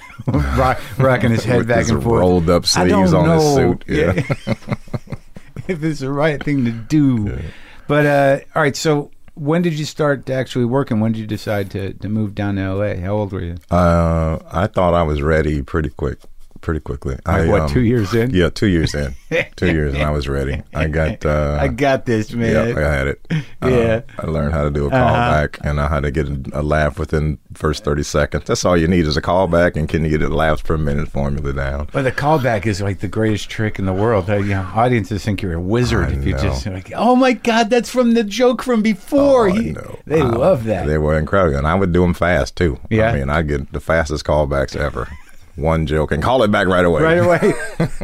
Speaker 2: Yeah,
Speaker 1: rock, rocking his head
Speaker 2: With
Speaker 1: back
Speaker 2: his
Speaker 1: and forth,
Speaker 2: rolled up
Speaker 1: I
Speaker 2: sleeves
Speaker 1: don't
Speaker 2: on his
Speaker 1: know
Speaker 2: suit. Yeah.
Speaker 1: if it's the right thing to do." But uh, all right, so when did you start actually working? When did you decide to to move down to L.A.? How old were you?
Speaker 2: uh, I thought I was ready pretty quick, pretty quickly. I,
Speaker 1: what
Speaker 2: um,
Speaker 1: two years in?
Speaker 2: Yeah, two years in. two years, and I was ready. I got. Uh,
Speaker 1: I got this, man.
Speaker 2: Yeah, I had it. Uh,
Speaker 1: Yeah. Uh-huh.
Speaker 2: I learned how to do a callback and I had to get a, a laugh within the first 30 seconds. That's all you need is a callback and can you get a laughs per minute formula down?
Speaker 1: But the callback is like the greatest trick in the world. Uh, you know, audiences think you're a wizard
Speaker 2: I
Speaker 1: if you
Speaker 2: know.
Speaker 1: just like, oh my god, that's from the joke from before.
Speaker 2: Oh, I
Speaker 1: He-
Speaker 2: know.
Speaker 1: They
Speaker 2: I-
Speaker 1: love that.
Speaker 2: They were incredible. And I would do them fast too.
Speaker 1: Yeah.
Speaker 2: I mean, I get the fastest callbacks ever. One joke and call it back right away.
Speaker 1: right away.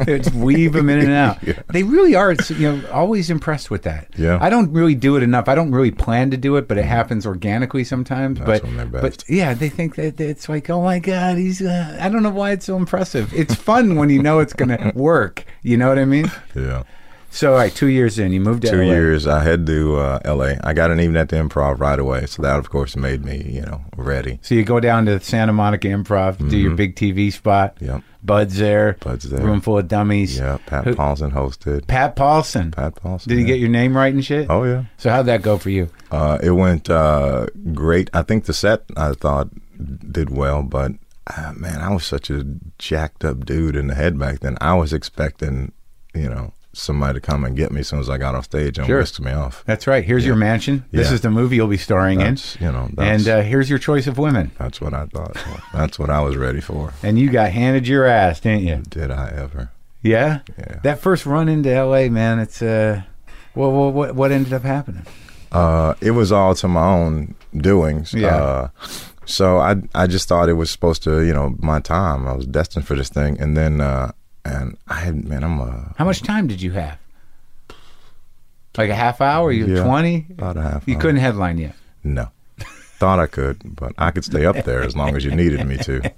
Speaker 1: it's weave them in and out. They really are. It's, you know, always impressed with that.
Speaker 2: Yeah. Mm.
Speaker 1: I don't really do it enough. I don't really plan to do it, but it happens organically sometimes. but
Speaker 2: when they're
Speaker 1: but
Speaker 2: best.
Speaker 1: yeah, they think that it's like, oh my god, he's. Uh, I don't know why it's so impressive. It's fun when you know it's going to work. You know what I mean?
Speaker 2: Yeah.
Speaker 1: So, all right, two years in, you moved to
Speaker 2: Two
Speaker 1: LA.
Speaker 2: years, I had to uh, LA. I got an even at the improv right away. So that, of course, made me, you know, ready.
Speaker 1: So you go down to Santa Monica Improv, do your big TV spot.
Speaker 2: Mm-hmm. Yep.
Speaker 1: Bud's there.
Speaker 2: Bud's there.
Speaker 1: Room full of dummies.
Speaker 2: Yeah. Pat
Speaker 1: Who-
Speaker 2: Paulson hosted.
Speaker 1: Pat Paulson.
Speaker 2: Pat Paulson.
Speaker 1: Did he
Speaker 2: yeah.
Speaker 1: get your name right and shit?
Speaker 2: Oh, yeah.
Speaker 1: So how'd that go for you?
Speaker 2: Uh, it went uh, great. I think the set I thought did well, but uh, man, I was such a jacked up dude in the head back then. I was expecting, you know, somebody to come and get me as soon as I got off stage and
Speaker 1: Sure.
Speaker 2: whisked me off.
Speaker 1: That's right. Here's your mansion. This
Speaker 2: Yeah.
Speaker 1: is the movie you'll be starring
Speaker 2: That's
Speaker 1: in.
Speaker 2: you know,
Speaker 1: And
Speaker 2: that's,
Speaker 1: uh, here's your choice of women.
Speaker 2: that's what I thought. That's what I was ready for.
Speaker 1: And you got handed your ass, didn't you?
Speaker 2: Did I ever?
Speaker 1: Yeah.
Speaker 2: Yeah.
Speaker 1: That first run into L.A., man. It's uh, what what what, what ended up happening?
Speaker 2: Uh, it was all to my own doings.
Speaker 1: Yeah.
Speaker 2: Uh, so I I just thought it was supposed to, you know, my time. I was destined for this thing, and then uh, and I had man, I'm a
Speaker 1: How much time did you have? Like a half hour? You
Speaker 2: Yeah.
Speaker 1: twenty?
Speaker 2: About a half.
Speaker 1: You
Speaker 2: hour.
Speaker 1: couldn't headline yet.
Speaker 2: No. Thought I could, but I could stay up there as long as you needed me to.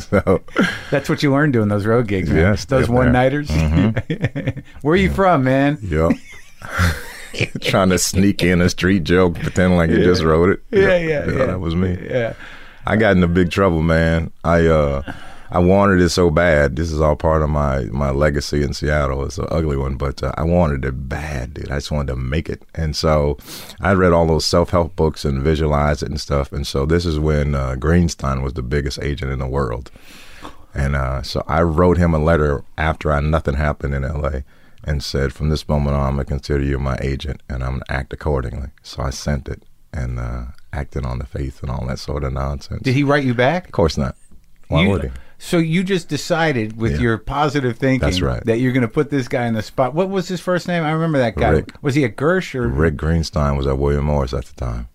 Speaker 2: so,
Speaker 1: That's what you learn doing those road gigs, man.
Speaker 2: Yes,
Speaker 1: those
Speaker 2: definitely.
Speaker 1: one nighters.
Speaker 2: Mm-hmm.
Speaker 1: Where are you from, man?
Speaker 2: yep. Trying to sneak in a street joke, pretend like you just wrote it.
Speaker 1: Yeah,
Speaker 2: Yep.
Speaker 1: yeah, yeah.
Speaker 2: That was me.
Speaker 1: Yeah.
Speaker 2: I got into big trouble, man. I uh, I wanted it so bad. This is all part of my my legacy in Seattle. It's an ugly one, but uh, I wanted it bad, dude. I just wanted to make it, and so I read all those self help books and visualized it and stuff. And so this is when uh, Greenstein was the biggest agent in the world. And uh, so I wrote him a letter after I nothing happened in LA and said, from this moment on, I'm going to consider you my agent and I'm going to act accordingly. So I sent it and uh, acted on the faith and all that sort of nonsense.
Speaker 1: Did he write you
Speaker 2: Of
Speaker 1: back?
Speaker 2: course not. Why
Speaker 1: You-
Speaker 2: would he?
Speaker 1: So you just decided with
Speaker 2: Yeah.
Speaker 1: your positive thinking
Speaker 2: That's right.
Speaker 1: that you're going to put this guy in the spot. What was his first name? I remember that guy.
Speaker 2: Rick.
Speaker 1: Was he a Gersh or
Speaker 2: Rick Greenstein was at William Morris at the time.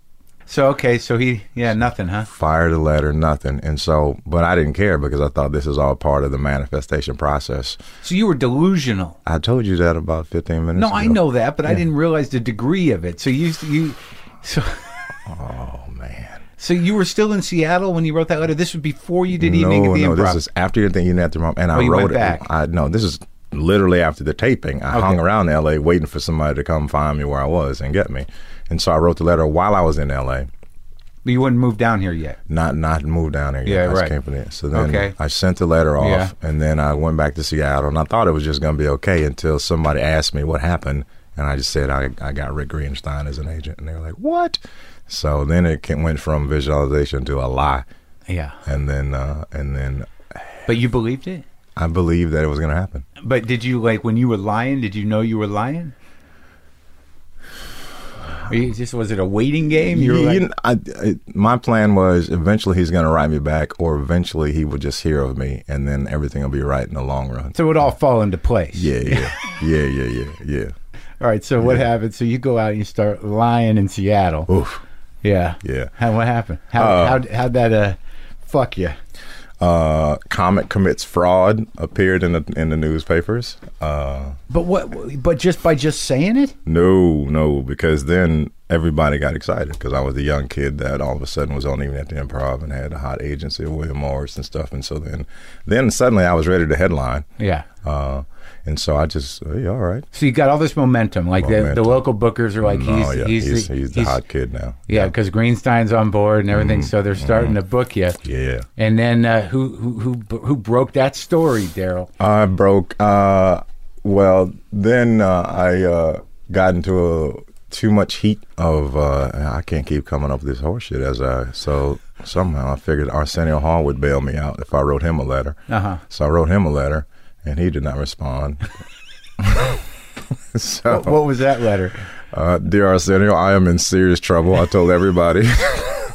Speaker 1: so? Okay, so he yeah nothing, huh?
Speaker 2: Fired the letter, nothing. And so, but I didn't care because I thought this is all part of the manifestation process.
Speaker 1: So you were delusional.
Speaker 2: I told you that about 15 minutes
Speaker 1: No,
Speaker 2: ago.
Speaker 1: I know that, but I didn't realize the degree of it. So you you so
Speaker 2: Oh, man.
Speaker 1: So you were still in Seattle when you wrote that letter. This was before you did Evening
Speaker 2: no,
Speaker 1: at the
Speaker 2: no,
Speaker 1: Improv.
Speaker 2: this is after your thing. You didn't have to remember. And
Speaker 1: Oh,
Speaker 2: I
Speaker 1: you
Speaker 2: wrote
Speaker 1: went
Speaker 2: it.
Speaker 1: back.
Speaker 2: I no, this is literally after the taping. I hung around L.A. waiting for somebody to come find me where I was and get me. And so I wrote the letter while I was in L.A.
Speaker 1: but you wouldn't move down here yet.
Speaker 2: Not not moved down there. Yet.
Speaker 1: Yeah,
Speaker 2: I just
Speaker 1: right.
Speaker 2: Came from there. So then
Speaker 1: Okay.
Speaker 2: I sent the letter off,
Speaker 1: Yeah.
Speaker 2: and then I went back to Seattle, and I thought it was just going to be okay until somebody asked me what happened, and I just said I I got Rick Greenstein as an agent, and they were like, "What?" So then it ca- went from visualization to a lie,
Speaker 1: Yeah.
Speaker 2: and then uh, and then
Speaker 1: But you believed it.
Speaker 2: I believed that it was going to happen.
Speaker 1: But did you like when you were lying? Did you know you were lying? Or you just was it a waiting game? You were like,
Speaker 2: You- you- I, I- my plan was eventually he's going to write me back, or eventually he will just hear of me, and then everything will be right in the long run.
Speaker 1: so it would all fall into place.
Speaker 2: Yeah, yeah, yeah, yeah, yeah, yeah.
Speaker 1: All right. So what happened? So you go out and you start lying in Seattle.
Speaker 2: Oof.
Speaker 1: Oh. Yeah.
Speaker 2: Yeah.
Speaker 1: How what happened? How how how'd that uh fuck you?
Speaker 2: Uh, comic commits fraud appeared in the in the newspapers. Uh,
Speaker 1: But what? But just by just saying it?
Speaker 2: no, no, because then everybody got excited because I was the young kid that all of a sudden was on even at the improv and had a hot agency, William Morris and stuff, and so then then suddenly I was ready to headline.
Speaker 1: Yeah.
Speaker 2: Uh, and so I just, oh, yeah, all right.
Speaker 1: So you got all this momentum. Like The,
Speaker 2: Momentum.
Speaker 1: the local bookers are like,
Speaker 2: No,
Speaker 1: he's,
Speaker 2: Oh, yeah,
Speaker 1: he's,
Speaker 2: he's,
Speaker 1: the, Mm-hmm.
Speaker 2: he's the hot kid now.
Speaker 1: Yeah, because Greenstein's on board and everything, so they're starting to book you.
Speaker 2: Yeah.
Speaker 1: And then uh, who who who who broke that story, Daryl?
Speaker 2: I broke. Uh, well, then uh, I uh, got into a, too much heat of uh, I can't keep coming up with this horseshit as I so somehow I figured Arsenio Hall would bail me out if I wrote him a letter.
Speaker 1: Uh-huh.
Speaker 2: So I wrote him a letter, and he did not respond. so.
Speaker 1: What was that letter?
Speaker 2: Uh, dear Arsenio, I am in serious trouble. I told everybody.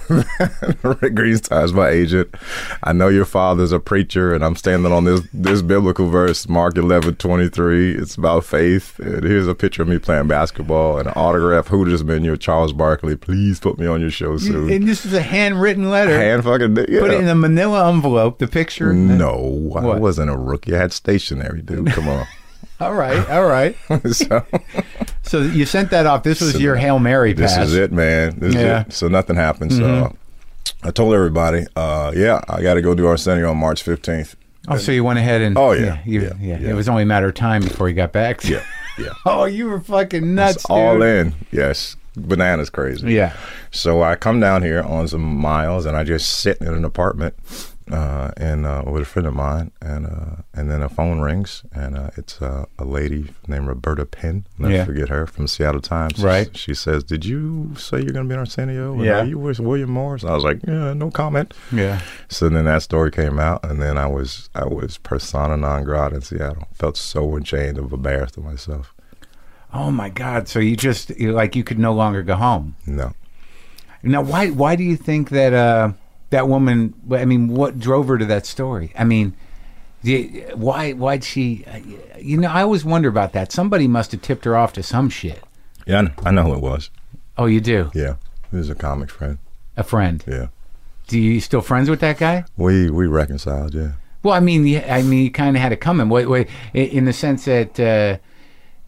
Speaker 2: Rick Greenstein's my agent. I know your father's a preacher, and I'm standing on this this biblical verse, Mark 11, 23. It's about faith. And here's a picture of me playing basketball and an autograph Hooters menu of Charles Barkley. Please put me on your show soon.
Speaker 1: And this was a handwritten letter.
Speaker 2: Hand fucking yeah.
Speaker 1: Put it in a Manila envelope. The picture.
Speaker 2: no,
Speaker 1: What?
Speaker 2: I wasn't a rookie. I had stationary, dude. Come on.
Speaker 1: All right, all right.
Speaker 2: so.
Speaker 1: So you sent that off. This was
Speaker 2: So
Speaker 1: your hail mary
Speaker 2: this
Speaker 1: pass.
Speaker 2: is it, man. This
Speaker 1: Yeah. Mm-hmm.
Speaker 2: is it. So nothing happened. So I told everybody, uh, yeah, I got to go do Arsenio on March 15th.
Speaker 1: Oh, so you went ahead and
Speaker 2: Oh, yeah,
Speaker 1: you-
Speaker 2: yeah, yeah.
Speaker 1: It was only a matter of time before you got back.
Speaker 2: Yeah, yeah.
Speaker 1: oh, you were fucking nuts,
Speaker 2: It's all
Speaker 1: dude.
Speaker 2: in. Yes. Bananas crazy.
Speaker 1: Yeah.
Speaker 2: So I come down here on some miles and I just sit in an apartment uh, and uh, with a friend of mine and uh, and then a phone rings and uh, it's uh, a lady named Roberta Penn. I'll Never
Speaker 1: Yeah.
Speaker 2: forget her from Seattle Times.
Speaker 1: Right.
Speaker 2: She says, "Did you say you're going to be in Arsenio? And
Speaker 1: Yeah.
Speaker 2: Are you with William Morris?" I was like, "Yeah, no comment."
Speaker 1: Yeah.
Speaker 2: So then that story came out, and then I was I was persona non grata in Seattle. Felt so ashamed and embarrassed of myself.
Speaker 1: Oh my God. So you just you- like you could no longer go home.
Speaker 2: No,
Speaker 1: Now, why why do you think that uh, that woman? I mean, what drove her to that story? I mean, the, why why'd she? uh, You know, I always wonder about that. Somebody must have tipped her off to some shit.
Speaker 2: yeah, I know, I know who it was.
Speaker 1: Oh, you do.
Speaker 2: Yeah, it was a comic friend.
Speaker 1: A friend.
Speaker 2: Yeah,
Speaker 1: Do you still friends with that guy?
Speaker 2: we we reconciled. Yeah,
Speaker 1: Well, I mean, yeah, I mean, you kind of had it coming. Wait, wait, i- in the sense that, uh,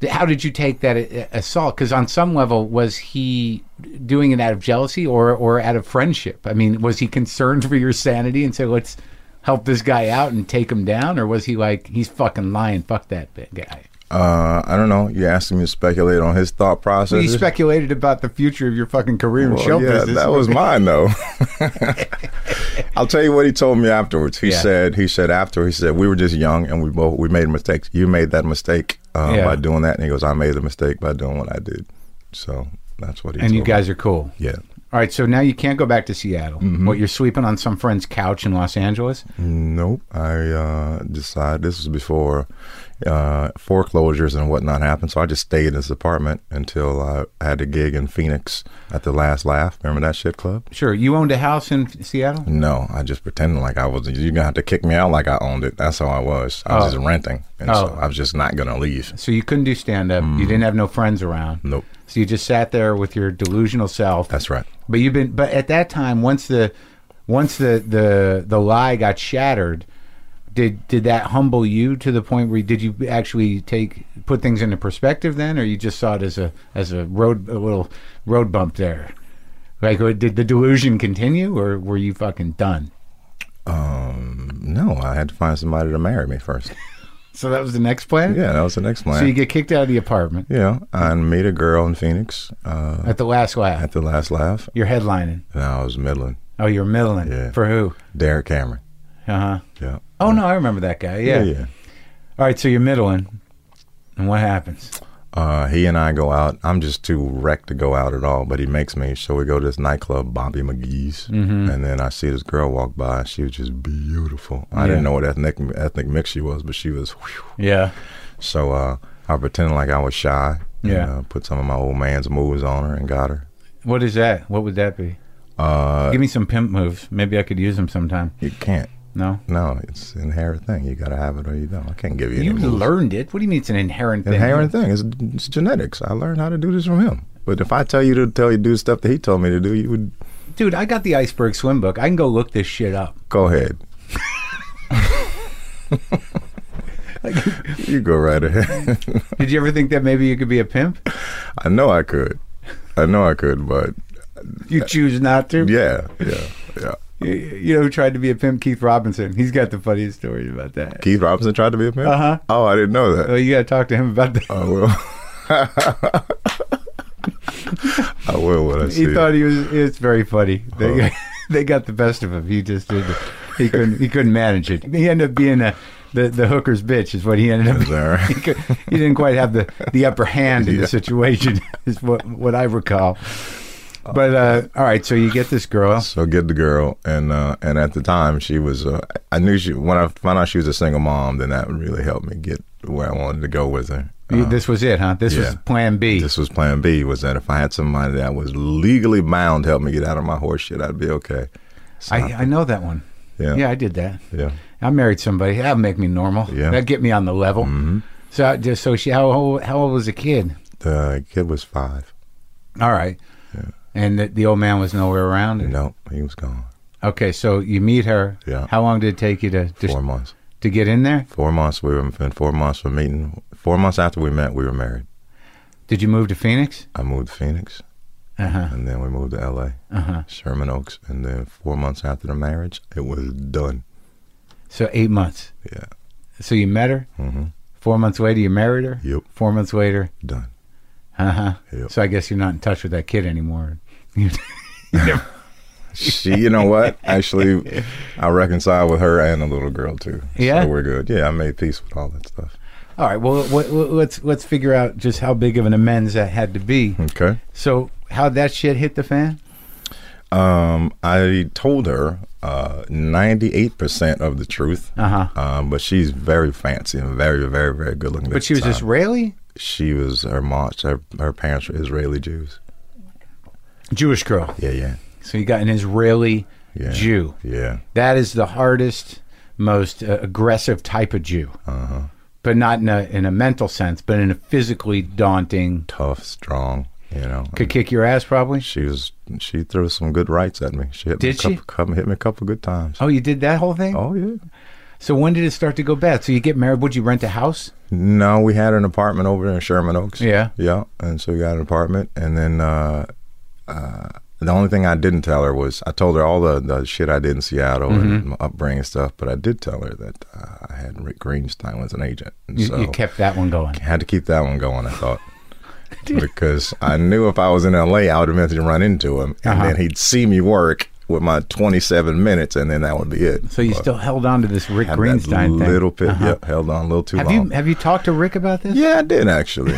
Speaker 1: th- how did you take that a- a- assault? Because on some level, was he doing it out of jealousy or or out of friendship? I mean, was he concerned for your sanity and said, "Let's help this guy out and take him down," or was he like, "He's fucking lying, fuck that bi- guy"?
Speaker 2: uh, I don't know. You asking me to speculate on his thought process.
Speaker 1: You speculated about the future of your fucking career in
Speaker 2: Well,
Speaker 1: show
Speaker 2: yeah,
Speaker 1: business.
Speaker 2: that was mine though. I'll tell you what he told me afterwards. He
Speaker 1: Yeah.
Speaker 2: said he said after he said we were just young and we both we made mistakes. You made that mistake uh,
Speaker 1: Yeah.
Speaker 2: by doing that, and he goes, I made the mistake by doing what I did. So that's what he.
Speaker 1: and
Speaker 2: told
Speaker 1: you
Speaker 2: me.
Speaker 1: guys are cool.
Speaker 2: yeah,
Speaker 1: All right, so now you can't go back to Seattle.
Speaker 2: Mm-hmm.
Speaker 1: What you're sleeping on some friend's couch in Los Angeles?
Speaker 2: nope. I uh, decided this was before uh, foreclosures and whatnot happened, so I just stayed in this apartment until I had a gig in Phoenix at the Last Laugh. Remember that shit club?
Speaker 1: Sure. You owned a house in Seattle?
Speaker 2: No, I just pretended like I was. You're gonna have to kick me out like I owned it. That's how I was. I was
Speaker 1: Oh.
Speaker 2: just renting, and so
Speaker 1: Oh.
Speaker 2: I was just not gonna leave.
Speaker 1: So you couldn't do stand up. You didn't have no friends around.
Speaker 2: Mm. Nope.
Speaker 1: So you just sat there with your delusional self.
Speaker 2: That's right.
Speaker 1: But you've been but at that time once the once the the the lie got shattered, did did that humble you to the point where you, did you actually take put things into perspective then or you just saw it as a as a road a little road bump there? Like, or did the delusion continue, or were you fucking done?
Speaker 2: Um, no, I had to find somebody to marry me first.
Speaker 1: So that was the next plan.
Speaker 2: Yeah, that was the next plan.
Speaker 1: So you get kicked out of the apartment
Speaker 2: yeah, and meet a girl in Phoenix uh,
Speaker 1: at the last laugh.
Speaker 2: at the last laugh.
Speaker 1: You're headlining.
Speaker 2: And I was middling
Speaker 1: Oh, you're middling
Speaker 2: Yeah.
Speaker 1: for who?
Speaker 2: Derek Cameron.
Speaker 1: Uh huh.
Speaker 2: Yeah.
Speaker 1: Oh no, I remember that guy. Yeah.
Speaker 2: Yeah. yeah.
Speaker 1: All right, so you're middling, and what happens?
Speaker 2: Uh, he and I go out. I'm just too wrecked to go out at all, but he makes me. So we go to this nightclub, Bobby McGee's,
Speaker 1: Mm-hmm.
Speaker 2: and then I see this girl walk by. She was just beautiful. I
Speaker 1: Yeah.
Speaker 2: didn't know what ethnic ethnic mix she was, but she was. Whew,
Speaker 1: Yeah.
Speaker 2: So uh, I pretended like I was shy. and,
Speaker 1: Yeah.
Speaker 2: uh, put some of my old man's moves on her and got her.
Speaker 1: What is that? What would that be?
Speaker 2: Uh,
Speaker 1: Give me some pimp moves. Maybe I could use them sometime.
Speaker 2: you can't.
Speaker 1: No.
Speaker 2: No, it's an inherent thing. You gotta have it or you don't. I can't give you.
Speaker 1: You
Speaker 2: any moves.
Speaker 1: learned it. What do you mean it's an inherent thing?
Speaker 2: inherent thing. It's, it's genetics. I learned how to do this from him. But if I tell you to tell you to do stuff that he told me to do, you would
Speaker 1: Dude, I got the iceberg swim book. I can go look this shit up.
Speaker 2: go ahead. you go right ahead.
Speaker 1: Did you ever think that maybe you could be a pimp?
Speaker 2: I know I could. I know I could, but
Speaker 1: You choose not to.
Speaker 2: yeah, yeah, yeah.
Speaker 1: You, you know who tried to be a pimp? Keith Robinson. He's got the funniest story about that.
Speaker 2: Keith Robinson tried to be a pimp.
Speaker 1: Uh-huh.
Speaker 2: Oh, I didn't know
Speaker 1: Oh,
Speaker 2: that.
Speaker 1: you got to talk to him about that.
Speaker 2: I will. I will when I see.
Speaker 1: he
Speaker 2: it. Oh.
Speaker 1: thought he was. It's very funny. They,
Speaker 2: Huh.
Speaker 1: they got the best of him. He just did. He couldn't. He couldn't manage it. He ended up being a. The, the hooker's bitch is what he ended up.
Speaker 2: Is that right?
Speaker 1: He, could, he didn't quite have the, the upper hand in
Speaker 2: Yeah.
Speaker 1: the situation, is what what I recall. But uh, all right, so you get this girl.
Speaker 2: So get the girl, and uh, and at the time she was, uh, I knew she when I found out she was a single mom, then that really helped me get where I wanted to go with her.
Speaker 1: You-
Speaker 2: Uh,
Speaker 1: this was it, huh? This was
Speaker 2: yeah.
Speaker 1: Plan B.
Speaker 2: this was Plan B. Was that if I had somebody that was legally bound to help me get out of my horse shit, I'd be okay. So
Speaker 1: I, I know that one.
Speaker 2: yeah,
Speaker 1: Yeah, I did that.
Speaker 2: yeah.
Speaker 1: I married somebody. That'd make me normal.
Speaker 2: Yeah.
Speaker 1: That'd get me on the level. Mm-hmm. So, I just, so she, how old, how old was the kid?
Speaker 2: The kid was five.
Speaker 1: All right. And the, the old man was nowhere around. her.
Speaker 2: No, he was gone.
Speaker 1: Okay, so you meet her.
Speaker 2: Yeah.
Speaker 1: How long did it take you to to,
Speaker 2: Four months.
Speaker 1: to get in there?
Speaker 2: Four months. We were in four months from meeting. Four months after we met, we were married.
Speaker 1: Did you move to Phoenix?
Speaker 2: I moved to Phoenix,
Speaker 1: Uh huh.
Speaker 2: and then we moved to L.A.
Speaker 1: Uh huh.
Speaker 2: Sherman Oaks, and then four months after the marriage, it was done.
Speaker 1: So eight months.
Speaker 2: Yeah.
Speaker 1: So you met her.
Speaker 2: Mm-hmm.
Speaker 1: Four months later, you married her.
Speaker 2: Yep.
Speaker 1: Four months later.
Speaker 2: Done.
Speaker 1: Uh huh.
Speaker 2: Yep.
Speaker 1: So I guess you're not in touch with that kid anymore.
Speaker 2: She, you know what? Actually, I reconciled with her and the little girl too.
Speaker 1: Yeah?
Speaker 2: So we're good. Yeah, I made peace with all that stuff.
Speaker 1: All right. Well, what, what, let's let's figure out just how big of an amends that had to be.
Speaker 2: Okay.
Speaker 1: So how'd that shit hit the fan?
Speaker 2: Um, I told her uh, 98% of the truth.
Speaker 1: Uh huh.
Speaker 2: Um, but she's very fancy and very, very, very good looking. at
Speaker 1: But she was
Speaker 2: the time.
Speaker 1: Israeli,
Speaker 2: She was her mom. Her, her parents were Israeli Jews.
Speaker 1: Jewish girl.
Speaker 2: Yeah, yeah,
Speaker 1: So you got an Israeli
Speaker 2: yeah.
Speaker 1: Jew.
Speaker 2: Yeah.
Speaker 1: That is the hardest, most uh, aggressive type of Jew,
Speaker 2: Uh huh.
Speaker 1: but not in a, in a mental sense, but in a physically daunting.
Speaker 2: Tough, strong. You know.
Speaker 1: Could kick your ass, probably.
Speaker 2: She was. She threw some good rights at me. She hit
Speaker 1: Did
Speaker 2: me
Speaker 1: she?
Speaker 2: a couple, couple- hit me a couple good times.
Speaker 1: Oh, you did that whole thing.
Speaker 2: oh yeah.
Speaker 1: So when did it start to go bad? So you get married? Would you rent a house?
Speaker 2: No, we had an apartment over in Sherman Oaks.
Speaker 1: Yeah.
Speaker 2: Yeah. And so we got an apartment. And then uh, uh, the only thing I didn't tell her was I told her all the, the shit I did in Seattle and
Speaker 1: Mm-hmm.
Speaker 2: my upbringing stuff, but I did tell her that uh, I had Rick Greenstein was an agent. And
Speaker 1: You,
Speaker 2: so
Speaker 1: you kept that one going.
Speaker 2: had to keep that one going, I thought. because I knew if I was in LA, I would eventually run into him. And
Speaker 1: Uh-huh.
Speaker 2: then he'd see me work with my 27 minutes, and then that would be it.
Speaker 1: So you
Speaker 2: But
Speaker 1: still held on to this Rick
Speaker 2: had that
Speaker 1: Greenstein thing. Uh-huh.
Speaker 2: little bit, yep, held on a little too
Speaker 1: have
Speaker 2: long.
Speaker 1: you have you talked to Rick about this?
Speaker 2: Yeah, I did actually.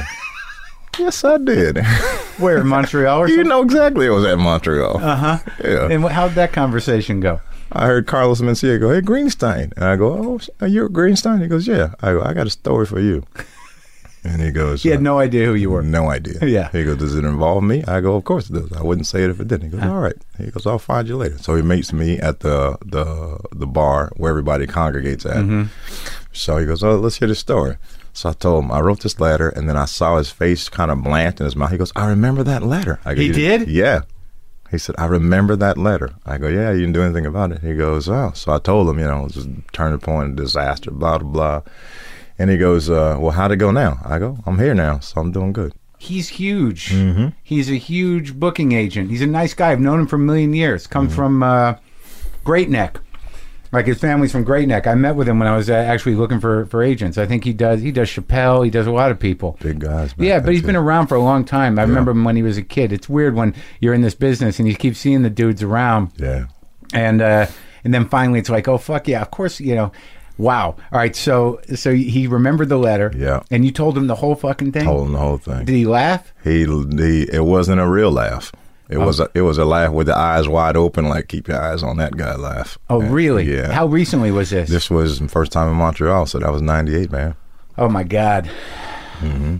Speaker 2: yes, I did.
Speaker 1: Where in Montreal or
Speaker 2: you
Speaker 1: something?
Speaker 2: know exactly it was at Montreal. Uh huh. Yeah.
Speaker 1: Uh-huh. And wh- how'd that conversation go?
Speaker 2: I heard Carlos Mencia go, "Hey, Greenstein," and I go, "Oh, sh- you're Greenstein?" He goes, "Yeah." I go, "I got a story for you," and he goes,
Speaker 1: He had
Speaker 2: uh,
Speaker 1: no idea who you were.
Speaker 2: no idea."
Speaker 1: Yeah.
Speaker 2: He goes, "Does it involve me?" I go, "Of course it does. I wouldn't say it if it didn't." He
Speaker 1: Uh-huh.
Speaker 2: goes, "All right." He goes, "I'll find you later." So he meets me at the the the bar where everybody congregates at.
Speaker 1: Mm-hmm.
Speaker 2: So he goes, "Oh, let's hear the story." So I told him I wrote this letter, and then I saw his face kind of blanch in his mouth. He goes, "I remember that letter." I go,
Speaker 1: He
Speaker 2: "You
Speaker 1: did?
Speaker 2: Yeah. He said, "I remember that letter." I go, "Yeah, you didn't do anything about it." He goes, "Oh." So I told him, you know, just turn the point, disaster, blah blah blah. And he goes, uh, "Well, how'd it go now?" I go, "I'm here now, so I'm doing good."
Speaker 1: he's huge.
Speaker 2: Mm-hmm.
Speaker 1: He's a huge booking agent. He's a nice guy. I've known him for a million years. Come
Speaker 2: Mm-hmm.
Speaker 1: from uh, Great Neck. Like his family's from Great Neck. I met with him when I was uh, actually looking for, for agents. I think he does he does Chappelle. He does a lot of people.
Speaker 2: Big guys. back
Speaker 1: Yeah,
Speaker 2: then,
Speaker 1: but he's
Speaker 2: too.
Speaker 1: been around for a long time. I remember him when he was a kid. It's weird when you're in this business and you keep seeing the dudes around
Speaker 2: Yeah.
Speaker 1: and uh, and then finally it's like, oh fuck yeah, of course you know, wow. All right, so so he remembered the letter.
Speaker 2: Yeah.
Speaker 1: and you told him the whole fucking thing.
Speaker 2: Holding the whole thing.
Speaker 1: Did he laugh?
Speaker 2: He, he it wasn't a real laugh. It
Speaker 1: Oh.
Speaker 2: was a, it was a laugh with the eyes wide open, like keep your eyes on that guy laugh.
Speaker 1: Oh
Speaker 2: Yeah.
Speaker 1: really?
Speaker 2: Uh, Yeah.
Speaker 1: How recently was this?
Speaker 2: this was my first time in Montreal, so that was '98, man.
Speaker 1: oh my god.
Speaker 2: Mm-hmm.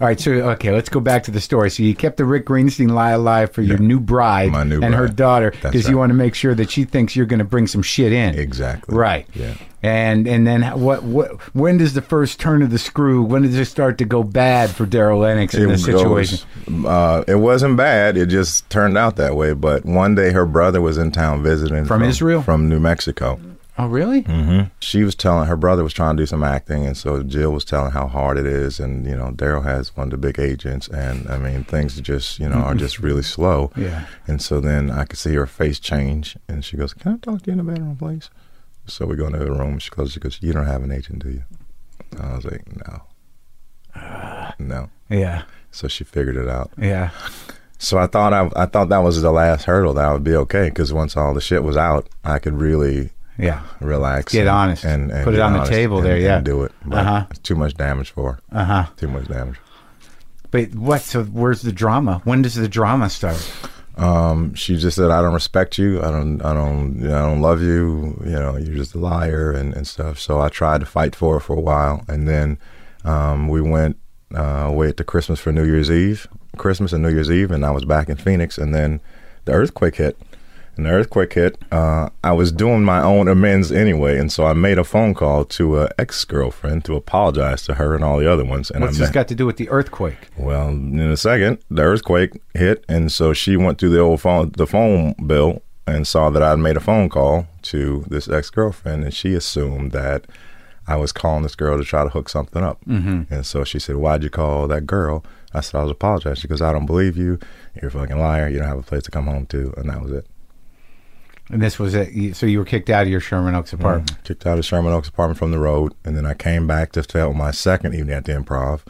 Speaker 1: All right, so okay, let's go back to the story. So you kept the Rick Greenstein lie alive for your new bride
Speaker 2: My new
Speaker 1: and her
Speaker 2: bride.
Speaker 1: daughter
Speaker 2: That's
Speaker 1: because you
Speaker 2: right.
Speaker 1: want to make sure that she thinks you're going to bring some shit in.
Speaker 2: Exactly.
Speaker 1: Right.
Speaker 2: Yeah.
Speaker 1: And and then h- what what when does the first turn of the screw? When does it start to go bad for Daryl Lennox in this situation?
Speaker 2: Goes, uh, it wasn't bad. It just turned out that way. But one day, her brother was in town visiting
Speaker 1: From Israel?
Speaker 2: from New Mexico.
Speaker 1: Oh really?
Speaker 2: Mm. She was telling her brother was trying to do some acting, and so Jill was telling how hard it is. And you know, Daryl has one of the big agents, and I mean, things just you know are just really slow.
Speaker 1: Yeah.
Speaker 2: And so then I could see her face change, and she goes, "Can I talk to you in the bedroom, please?" So we go into the room. She goes, "She goes, you don't have an agent, do you?" And I was like, "No, no."
Speaker 1: Yeah,
Speaker 2: So she figured it out.
Speaker 1: yeah.
Speaker 2: So I thought I, I thought that was the last hurdle that I would be okay because once all the shit was out, I could really
Speaker 1: Yeah.
Speaker 2: relax,
Speaker 1: Get
Speaker 2: and,
Speaker 1: honest.
Speaker 2: and, and
Speaker 1: Put it
Speaker 2: get
Speaker 1: on the
Speaker 2: honest
Speaker 1: table
Speaker 2: and-
Speaker 1: there, yeah.
Speaker 2: and do it. But
Speaker 1: Uh-huh.
Speaker 2: It's too much damage for. her.
Speaker 1: Uh huh.
Speaker 2: Too much damage.
Speaker 1: But what? So where's the drama? When does the drama start?
Speaker 2: Um, she just said, "I don't respect you. I don't. I don't. I don't love you. You know, you're just a liar and, and stuff." So I tried to fight for her for a while, and then um, we went uh, away to Christmas for New Year's Eve, Christmas and New Year's Eve, and I was back in Phoenix, and then the earthquake hit. And the earthquake hit. Uh, I was doing my own amends anyway, and so I made a phone call to an ex girlfriend to apologize to her and all the other ones. And
Speaker 1: What's
Speaker 2: I
Speaker 1: this
Speaker 2: met-
Speaker 1: got to do with the earthquake?
Speaker 2: well, in a second, the earthquake hit, and so she went through the old phone, the phone bill, and saw that I'd made a phone call to this ex girlfriend, and she assumed that I was calling this girl to try to hook something up. Mm-hmm. And so she said, "Why'd you call that girl?" I said, "I was apologizing." She goes, "I don't believe you. You're a fucking liar. You don't have a place to come home to." And that was it.
Speaker 1: And this was it. You- So you were kicked out of your Sherman Oaks apartment.
Speaker 2: Kicked out of Sherman Oaks apartment from the road, and then I came back to film my second evening at the Improv.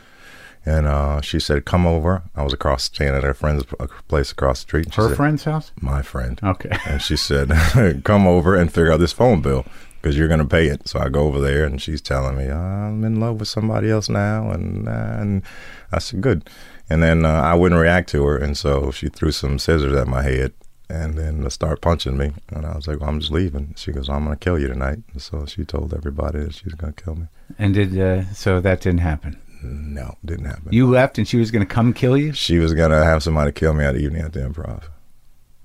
Speaker 2: And uh, she said, "Come over." I was across staying at her friend's p- place across the street. She
Speaker 1: Her
Speaker 2: said-
Speaker 1: friend's house.
Speaker 2: my friend.
Speaker 1: Okay.
Speaker 2: And she said, "Come over and figure out this phone bill because you're gonna pay it." So I go over there, and she's telling me, "I'm in love with somebody else now," and and I said, "Good." And then uh, I wouldn't react to her, and so she threw some scissors at my head, and then start punching me. And I was like, well, "I'm just leaving." She goes, "I'm gonna kill you tonight." And so she told everybody that she was gonna kill me.
Speaker 1: And did uh, so that didn't happen.
Speaker 2: No, didn't happen.
Speaker 1: You left, and she was going to come kill you.
Speaker 2: she was gonna have somebody kill me at evening at the improv.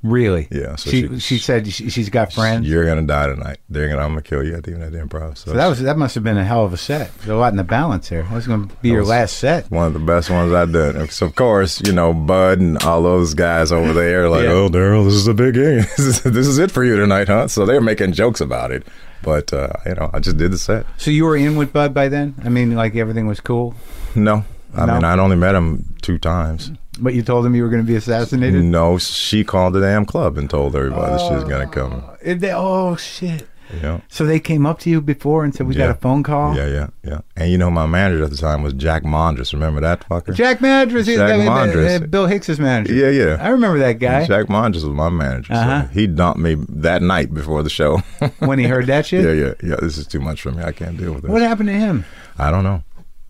Speaker 1: Really?
Speaker 2: Yeah, so
Speaker 1: she, she
Speaker 2: she-
Speaker 1: said she, she's got friends.
Speaker 2: You're gonna die tonight. They're gonna. I'm gonna kill you at the evening at the improv.
Speaker 1: So that was that must have been a hell of a set. There's a lot in the balance there. That was going to be your
Speaker 2: was-
Speaker 1: last set.
Speaker 2: one of the best ones I've done. So of course, you know, Bud and all those guys over there, are like,
Speaker 1: Yeah.
Speaker 2: oh, Daryl, this is a big game. this is- this is it for you tonight, huh? So they're making jokes about it, but uh, you know, I just did the set.
Speaker 1: So you were in with Bud by then. I mean, like everything was cool,
Speaker 2: No, I
Speaker 1: No.
Speaker 2: mean, I'd only met him two times.
Speaker 1: but you told him you were going to be assassinated.
Speaker 2: No, she called the damn club and told everybody she was gonna come.
Speaker 1: It- they- oh shit!
Speaker 2: You know.
Speaker 1: So they came up to you before and said, "We
Speaker 2: Yeah.
Speaker 1: got a phone call."
Speaker 2: Yeah, yeah, yeah. And you know, my manager at the time was Jack Mondris. Remember that fucker?
Speaker 1: Jack Madras,
Speaker 2: Jack
Speaker 1: uh, uh,
Speaker 2: Mondras.
Speaker 1: uh, Bill Hicks's manager.
Speaker 2: Yeah, yeah.
Speaker 1: I remember that guy
Speaker 2: Jack Mondris was my manager.
Speaker 1: eh? Uh-huh.
Speaker 2: So he dumped me that night before the show.
Speaker 1: when he heard that shit.
Speaker 2: yeah, yeah, yeah. This is too much for me. I can't deal with this.
Speaker 1: What happened to him?
Speaker 2: I don't know.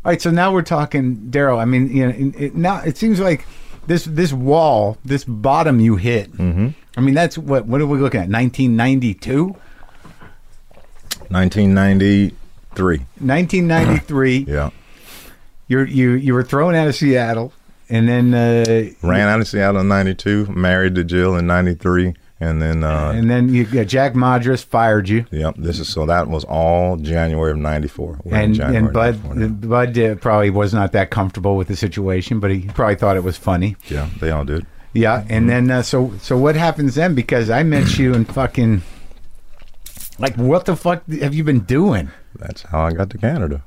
Speaker 1: All right, so now we're talking, Daryl. I mean, you know, it, it, now it seems like this this wall, this bottom you hit. Mm-hmm. I mean, that's what what are we looking at? 1992,
Speaker 2: 1993.
Speaker 1: 1993.
Speaker 2: Yeah.
Speaker 1: You're you you were thrown out of Seattle, and then uh,
Speaker 2: Ran out of Seattle in 92, married to Jill in 93, and then, uh,
Speaker 1: and then you yeah, Jack Madras fired you.
Speaker 2: yep, this is so that was all January of 94. We're in
Speaker 1: and
Speaker 2: January
Speaker 1: and
Speaker 2: of
Speaker 1: Bud
Speaker 2: 94 now.
Speaker 1: Bud uh, probably was not that comfortable with the situation, but he probably thought it was funny.
Speaker 2: yeah, they all did.
Speaker 1: Yeah, and then uh, so so what happens then? Because I met you and fucking like what the fuck have you been doing?
Speaker 2: That's how I got to Canada.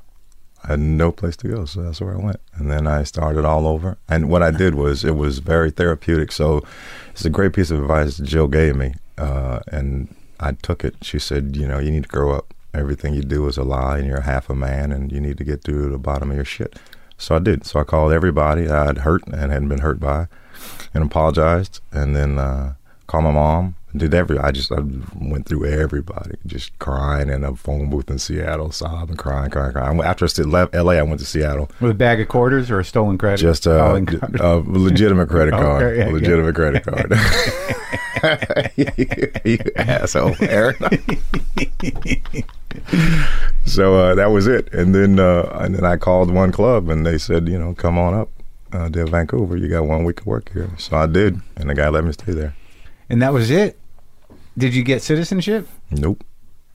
Speaker 2: I had no place to go, so that's where I went. And then I started all over. And what I did was it was very therapeutic. So it's a great piece of advice Jill gave me, uh, and I took it. She said, you know, you need to grow up. Everything you do is a lie, and you're half a man, and you need to get to the bottom of your shit. So I did. So I called everybody I'd hurt and hadn't been hurt by, and apologized, and then uh, called my mom. Did every I just I went through everybody, just crying in a phone booth in Seattle, sobbing, crying, crying, crying. After I said left LA, I went to Seattle.
Speaker 1: With a bag of quarters or a stolen credit?
Speaker 2: Just uh, a,
Speaker 1: Stolen credit.
Speaker 2: a legitimate credit
Speaker 1: Okay,
Speaker 2: card.
Speaker 1: yeah, yeah.
Speaker 2: legitimate credit card. you, asshole, Aaron. so uh, that was it, and then uh, and then I called one club, and they said, you know, come on up uh, to Vancouver. You got one week of work here, so I did, and the guy let me stay there.
Speaker 1: and that was it? Did you get citizenship?
Speaker 2: Nope,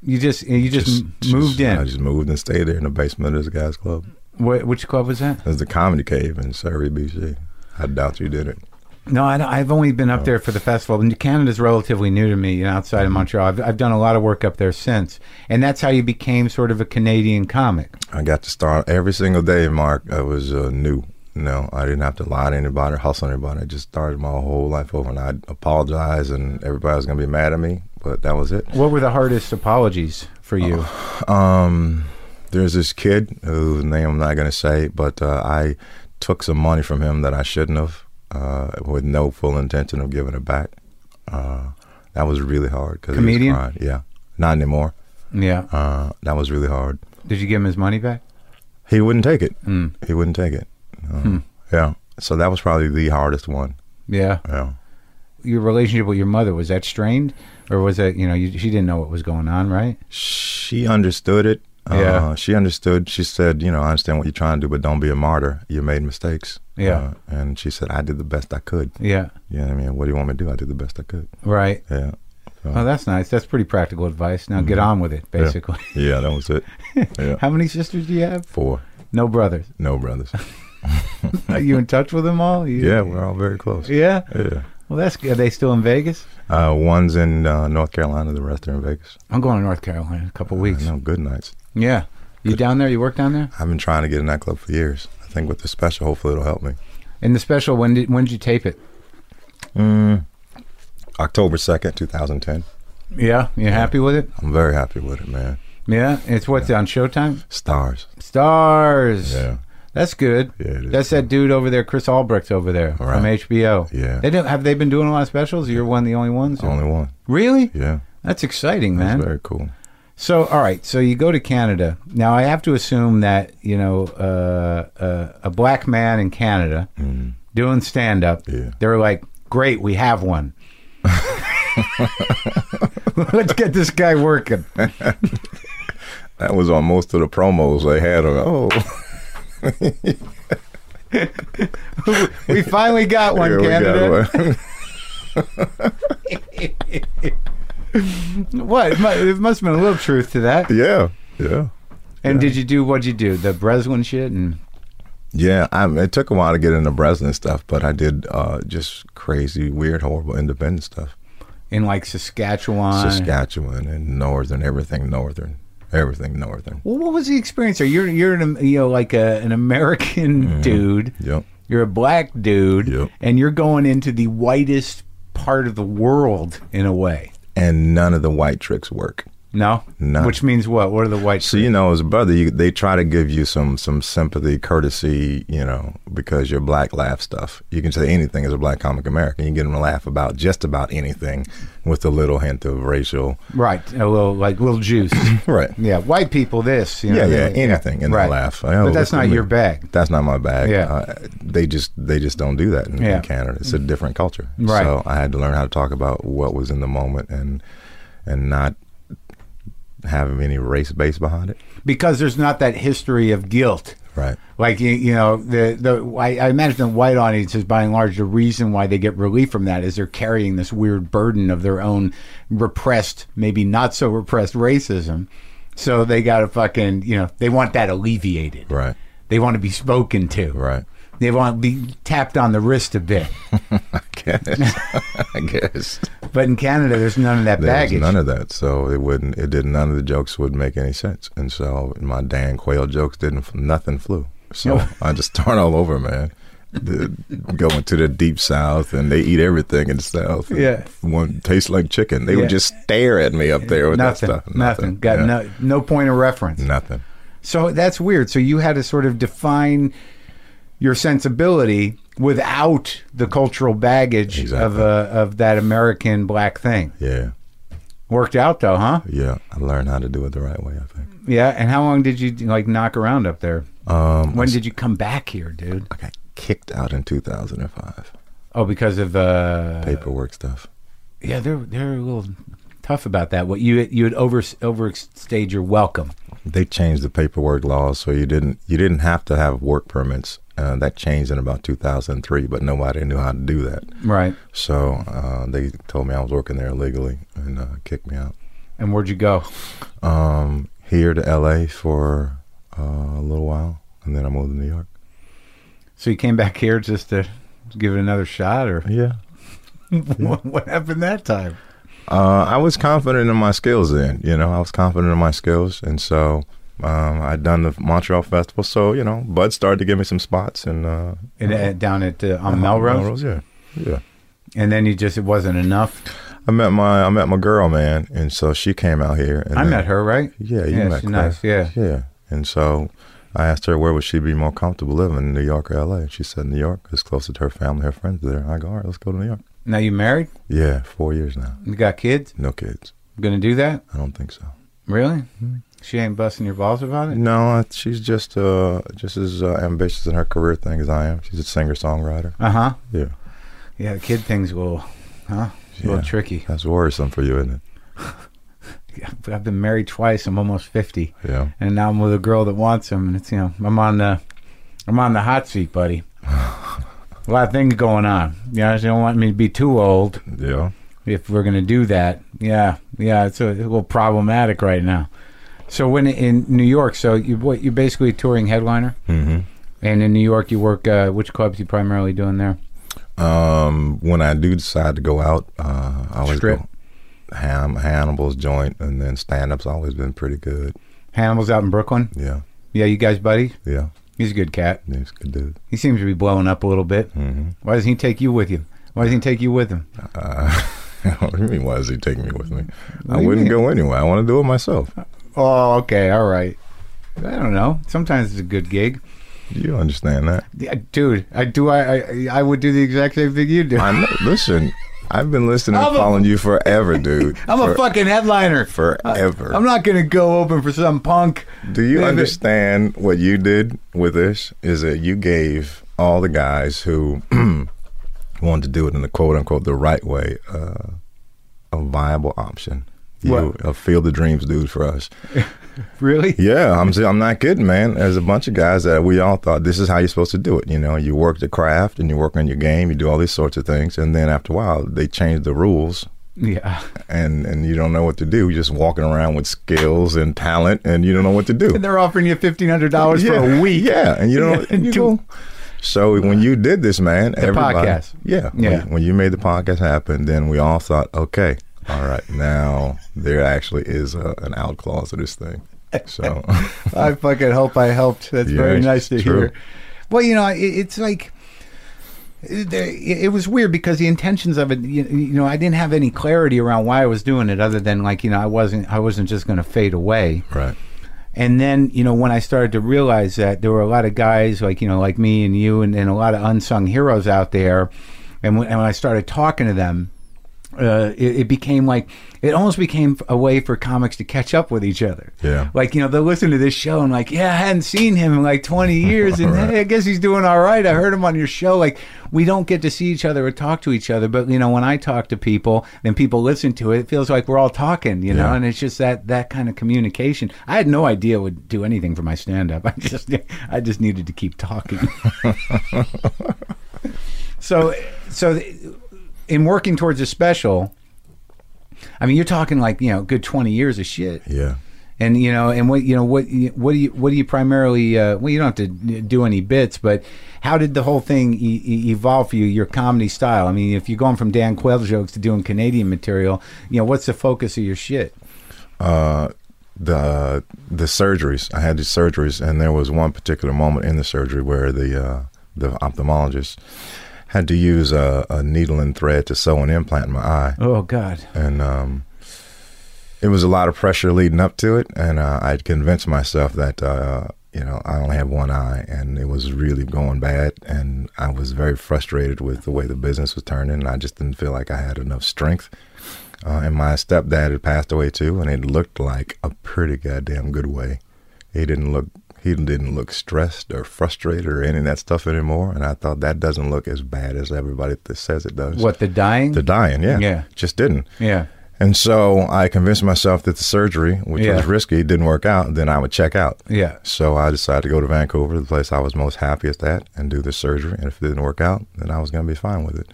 Speaker 1: You just you just, m- moved in.
Speaker 2: I just moved and stayed there in the basement of this guy's club.
Speaker 1: Wh- which club was that?
Speaker 2: It's the Comedy Cave in Surrey, BC. I doubt you did it.
Speaker 1: No, I, don't- I've only been
Speaker 2: Oh.
Speaker 1: up there for the festival. And Canada's relatively new to me you know, outside of
Speaker 2: Mm-hmm.
Speaker 1: Montreal. I've, I've done a lot of work up there since. And that's how you became sort of a Canadian comic.
Speaker 2: I got to start every single day, Mark. I was uh, new. No, I didn't have to lie to anybody or hustle anybody. I just started my whole life over, and I apologized, and everybody was gonna be mad at me, but that was it.
Speaker 1: What were the hardest apologies for you?
Speaker 2: Oh. Um, there's this kid whose name I'm not gonna say, but uh, I took some money from him that I shouldn't have, uh, with no full intention of giving it back. Uh, that was really hard. Cause he was
Speaker 1: Comedian?
Speaker 2: crying. yeah, not anymore.
Speaker 1: yeah.
Speaker 2: Uh, that was really hard.
Speaker 1: Did you give him his money back? Hmm.
Speaker 2: He wouldn't take it. He wouldn't take it. Uh, Yeah. So that was probably the hardest one.
Speaker 1: Yeah.
Speaker 2: Yeah.
Speaker 1: Your relationship with your mother, was that strained? Or was that, you know, you, she didn't know what was going on, right?
Speaker 2: She understood it. Uh,
Speaker 1: Yeah.
Speaker 2: She understood. She said, you know, I understand what you're trying to do, but don't be a martyr. You made mistakes.
Speaker 1: Yeah.
Speaker 2: Uh, and she said, I did the best I could.
Speaker 1: Yeah.
Speaker 2: You know what I mean? What do you want me to do? I did the best I could.
Speaker 1: Right.
Speaker 2: Yeah.
Speaker 1: Oh, that's nice. That's pretty practical advice. Now get on with it, basically.
Speaker 2: Mm-hmm. Yeah, that was it. Yeah.
Speaker 1: How many sisters do you have?
Speaker 2: Four.
Speaker 1: No brothers.
Speaker 2: No brothers.
Speaker 1: Are you in touch with them all? You-
Speaker 2: Yeah, we're all very close.
Speaker 1: Yeah.
Speaker 2: Yeah.
Speaker 1: Well, that's good. Are they still in Vegas?
Speaker 2: Uh, one's in uh, North Carolina, the rest are in Vegas.
Speaker 1: I'm going to North Carolina in a couple weeks.
Speaker 2: No, good nights.
Speaker 1: Yeah. You down there? You work down there?
Speaker 2: I've been trying to get in that club for years. I think with the special, hopefully it'll help me.
Speaker 1: And the special, when did when did you tape it?
Speaker 2: Mm, October 2nd, 2010.
Speaker 1: Yeah. You happy with it?
Speaker 2: I'm very happy with it, man.
Speaker 1: Yeah. It's what's on Showtime?
Speaker 2: Stars.
Speaker 1: Stars.
Speaker 2: Yeah.
Speaker 1: That's good.
Speaker 2: Yeah, it is
Speaker 1: That's that dude over there, Chris Albrecht's over there
Speaker 2: All right.
Speaker 1: from HBO.
Speaker 2: Yeah.
Speaker 1: They don't, have they been doing a lot of specials? You're one of the only ones? or-
Speaker 2: Only one.
Speaker 1: Really?
Speaker 2: Yeah.
Speaker 1: That's exciting,
Speaker 2: That's
Speaker 1: man.
Speaker 2: very cool.
Speaker 1: So, all right. So you go to Canada. Now, I have to assume that you know uh, uh, a black man in Canada doing stand up.
Speaker 2: Mm. Yeah.
Speaker 1: They're like, great, we have one. Let's get this guy working.
Speaker 2: That was on most of the promos they had. On, oh,
Speaker 1: We finally got one,
Speaker 2: here we
Speaker 1: Canada.
Speaker 2: got one.
Speaker 1: What? It mu- It must have been a little truth to that.
Speaker 2: yeah. Yeah.
Speaker 1: And did you do what'd you do? The Breslin shit and
Speaker 2: Yeah. I it took a while to get into Breslin stuff, but I did uh, just crazy, weird, horrible, independent stuff.
Speaker 1: in like Saskatchewan.
Speaker 2: Saskatchewan and Northern, everything Northern. Everything Northern.
Speaker 1: Well, what was the experience? there? You're you're an, you know like a, an American dude.
Speaker 2: Mm-hmm. Yep.
Speaker 1: You're a black dude,
Speaker 2: Yep.
Speaker 1: and you're going into the whitest part of the world in a way.
Speaker 2: And none of the white tricks work.
Speaker 1: No,
Speaker 2: No.
Speaker 1: Which means what? What are the white?
Speaker 2: So you know, as a brother, you, they try to give you some some sympathy, courtesy, you know, because you're black laugh stuff. You can say anything as a black comic American. You can get them to laugh about just about anything, with a little hint of racial,
Speaker 1: right? A little like little juice.
Speaker 2: right?
Speaker 1: yeah, white people. This. You
Speaker 2: Yeah,
Speaker 1: know,
Speaker 2: yeah,
Speaker 1: they-
Speaker 2: anything, and
Speaker 1: Right.
Speaker 2: they laugh. Oh,
Speaker 1: But that's
Speaker 2: look at
Speaker 1: not
Speaker 2: me.
Speaker 1: your bag.
Speaker 2: That's not my bag.
Speaker 1: Yeah.
Speaker 2: Uh, they just they just don't do that in, in
Speaker 1: Yeah. Mm.
Speaker 2: Canada. It's a different culture.
Speaker 1: Right.
Speaker 2: So I had to learn how to talk about what was in the moment and and not have any race base behind it.
Speaker 1: Because there's not that history of guilt.
Speaker 2: Right.
Speaker 1: Like you, you know, the the I, I imagine the white audience is by and large the reason why they get relief from that is they're carrying this weird burden of their own repressed, maybe not so repressed racism. So they got to fucking, you know, they want that alleviated.
Speaker 2: Right.
Speaker 1: They want to be spoken to.
Speaker 2: Right.
Speaker 1: They want to be tapped on the wrist a bit.
Speaker 2: guess. I guess.
Speaker 1: But in Canada, there's none of that
Speaker 2: There was
Speaker 1: baggage.
Speaker 2: none of that. So it wouldn't. It did none of the jokes would make any sense. And so my Dan Quayle jokes didn't. Nothing flew. So I just start all over, man. The, going to the deep south, and they eat everything in the south. and
Speaker 1: Yeah.
Speaker 2: one tastes like chicken. They
Speaker 1: Yeah.
Speaker 2: would just stare at me up there with
Speaker 1: nothing,
Speaker 2: that stuff.
Speaker 1: nothing. Got
Speaker 2: Yeah.
Speaker 1: no no point of reference.
Speaker 2: Nothing.
Speaker 1: So that's weird. So you had to sort of define your sensibility without the cultural baggage of
Speaker 2: Exactly.
Speaker 1: uh, of that American black thing.
Speaker 2: Yeah,
Speaker 1: Worked out though, huh?
Speaker 2: yeah. I learned how to do it the right way. I think.
Speaker 1: Yeah. And how long did you like knock around up there?
Speaker 2: Um,
Speaker 1: When did you come back here, dude?
Speaker 2: I got kicked out in 2005.
Speaker 1: Oh, because of uh,
Speaker 2: Paperwork stuff.
Speaker 1: yeah, they're they're a little tough about that. What you you had over overstayed your welcome.
Speaker 2: They changed the paperwork laws, so you didn't you didn't have to have work permits. Uh, that changed in about 2003, but nobody knew how to do that.
Speaker 1: Right.
Speaker 2: So uh, they told me I was working there illegally and uh, kicked me out.
Speaker 1: And where'd you go?
Speaker 2: Um, here to LA for uh, a little while, and then I moved to New York.
Speaker 1: So you came back here just to give it another shot, or
Speaker 2: Yeah.
Speaker 1: what, what happened that time?
Speaker 2: Uh, I was confident in my skills then, you know, I was confident in my skills. And so um, I'd done the Montreal Festival. So, you know, Bud started to give me some spots. And uh,
Speaker 1: In, uh, down at uh,
Speaker 2: Uh-huh.
Speaker 1: on Melrose?
Speaker 2: yeah. Yeah.
Speaker 1: and then you just it wasn't enough.
Speaker 2: I met my I met my girl, man. And so she came out here. And
Speaker 1: I
Speaker 2: then-
Speaker 1: met her, right?
Speaker 2: Yeah, you
Speaker 1: Yeah,
Speaker 2: met
Speaker 1: she's
Speaker 2: her.
Speaker 1: nice, yeah.
Speaker 2: Yeah. And so I asked her where would she be more comfortable living, New York or LA? And she said New York, it's closer to her family, her friends there. I go, all right, let's go to New York.
Speaker 1: Now you married?
Speaker 2: Yeah, four years now.
Speaker 1: You got kids?
Speaker 2: No kids.
Speaker 1: You gonna do that?
Speaker 2: I don't think so.
Speaker 1: Really?
Speaker 2: Mm-hmm.
Speaker 1: She ain't busting your balls about it.
Speaker 2: No, she's just uh just as uh, ambitious in her career thing as I am. She's a singer songwriter.
Speaker 1: Uh huh.
Speaker 2: Yeah,
Speaker 1: Yeah, the kid thing's a little, huh? It's a little
Speaker 2: Yeah.
Speaker 1: tricky.
Speaker 2: that's worrisome for you, isn't
Speaker 1: I've- I've been married twice. I'm almost fifty,
Speaker 2: it? Yeah.
Speaker 1: and now I'm with a girl that wants him, and it's you know I'm on the, I'm on the hot seat, buddy. a lot of things going on. Yeah, you know, she don't want me to be too old.
Speaker 2: Yeah.
Speaker 1: if we're going to do that. Yeah, yeah, it's a, little problematic right now. So when in New York, so you what you're basically a touring headliner,
Speaker 2: Mm-hmm.
Speaker 1: and in New York you work. Uh, which clubs you primarily doing there?
Speaker 2: Um, when I do decide to go out, uh, I always
Speaker 1: Strip.
Speaker 2: go Ham Hannibal's joint, and then stand up's always been pretty good.
Speaker 1: Hannibal's out in Brooklyn.
Speaker 2: Yeah,
Speaker 1: Yeah, you guys, buddies.
Speaker 2: yeah.
Speaker 1: He's a good cat.
Speaker 2: He's a good dude.
Speaker 1: He seems to be blowing up a little bit.
Speaker 2: Mm-hmm.
Speaker 1: Why doesn't he take you with you? Why doesn't he take you with him?
Speaker 2: Uh, what do you mean? Why is he taking me with me?
Speaker 1: do
Speaker 2: I
Speaker 1: you
Speaker 2: wouldn't
Speaker 1: mean?
Speaker 2: go anywhere. I want to do it myself.
Speaker 1: Oh, okay, all right. I don't know. Sometimes it's a good gig,
Speaker 2: You understand that?
Speaker 1: Yeah, dude. I do. I I, I would do the exact same thing you do.
Speaker 2: I know. Listen, I've been listening
Speaker 1: I'm
Speaker 2: and
Speaker 1: a-
Speaker 2: following you forever, dude.
Speaker 1: I'm a
Speaker 2: For-
Speaker 1: fucking headliner.
Speaker 2: forever.
Speaker 1: I'm not gonna go open for some punk.
Speaker 2: Do you
Speaker 1: David.
Speaker 2: understand what you did with this? Is that you gave all the guys who wanted to do it in the quote unquote the right way uh, a viable option. You,
Speaker 1: What?
Speaker 2: a field of dreams, dude, for us.
Speaker 1: Really?
Speaker 2: Yeah, I'm. I'm not kidding, man. There's a bunch of guys that we all thought this is how you're supposed to do it. You know, you work the craft and you work on your game. You do all these sorts of things, and then after a while, they change the rules,
Speaker 1: Yeah.
Speaker 2: and and you don't know what to do. You're just walking around with skills and talent, and you don't know what to do.
Speaker 1: And they're offering you fifteen hundred dollars for
Speaker 2: Yeah,
Speaker 1: a week.
Speaker 2: Yeah, and you know, and you
Speaker 1: Two-
Speaker 2: go. So when you did this, man, everybody,
Speaker 1: podcast.
Speaker 2: yeah, when-
Speaker 1: Yeah.
Speaker 2: When, you made the podcast happen, then we all thought, okay, all right, now there actually is a, an out clause of this thing. So
Speaker 1: I fucking hope I helped. That's
Speaker 2: Yeah,
Speaker 1: very nice to
Speaker 2: it's true.
Speaker 1: hear. Well, you know, it, it's like it, it was weird because the intentions of it. You, you know, I didn't have any clarity around why I was doing it, other than like you know, I wasn't. I wasn't just going to fade away.
Speaker 2: right,
Speaker 1: And then, you know, when I started to realize that there were a lot of guys like, you know, like me and you and, and a lot of unsung heroes out there, and when, and when I started talking to them, uh, it, it became like, it almost became a way for comics to catch up with each other.
Speaker 2: Yeah.
Speaker 1: Like, you know, they'll listen to this show and, like, yeah, I hadn't seen him in like 20 years, and
Speaker 2: Right.
Speaker 1: hey, I guess he's doing all right. I heard him on your show. Like, we don't get to see each other or talk to each other, but, you know, when I talk to people and people listen to it, it feels like we're all talking, you know,
Speaker 2: Yeah.
Speaker 1: and and it's just that that kind of communication. I had no idea it would do anything for my stand up. I just I just needed to keep talking. so so th- in working towards a special, I mean you're talking like, you know, a good 20 years of shit.
Speaker 2: yeah,
Speaker 1: And you know, and what you know, what what do you what do you primarily? Uh, well, you don't have to do any bits, but how did the whole thing e- e- evolve for you? Your comedy style. I mean, if you're going from Dan Quayle jokes to doing Canadian material, you know, what's the focus of your shit?
Speaker 2: uh, the the surgeries. I had these surgeries, and there was one particular moment in the surgery where the uh, the ophthalmologist had to use a, a needle and thread to sew an implant in my eye,
Speaker 1: Oh God.
Speaker 2: and um, it was a lot of pressure leading up to it. And uh, I'd convinced myself that uh, you know I only have one eye, and it was really going bad. And I was very frustrated with the way the business was turning, and I just didn't feel like I had enough strength. Uh, and my stepdad had passed away too, and it looked like a pretty goddamn good way. He didn't look he didn't look stressed or frustrated or any of that stuff anymore. And I thought that doesn't look as bad as everybody that says it does.
Speaker 1: What the dying?
Speaker 2: The dying, yeah,
Speaker 1: Yeah.
Speaker 2: just didn't.
Speaker 1: yeah.
Speaker 2: And so I convinced myself that the surgery, which
Speaker 1: Yeah.
Speaker 2: was risky, didn't work out. Then I would check out.
Speaker 1: Yeah.
Speaker 2: So I decided to go to Vancouver, the place I was most happiest at, and do the surgery. And if it didn't work out, then I was going to be fine with it.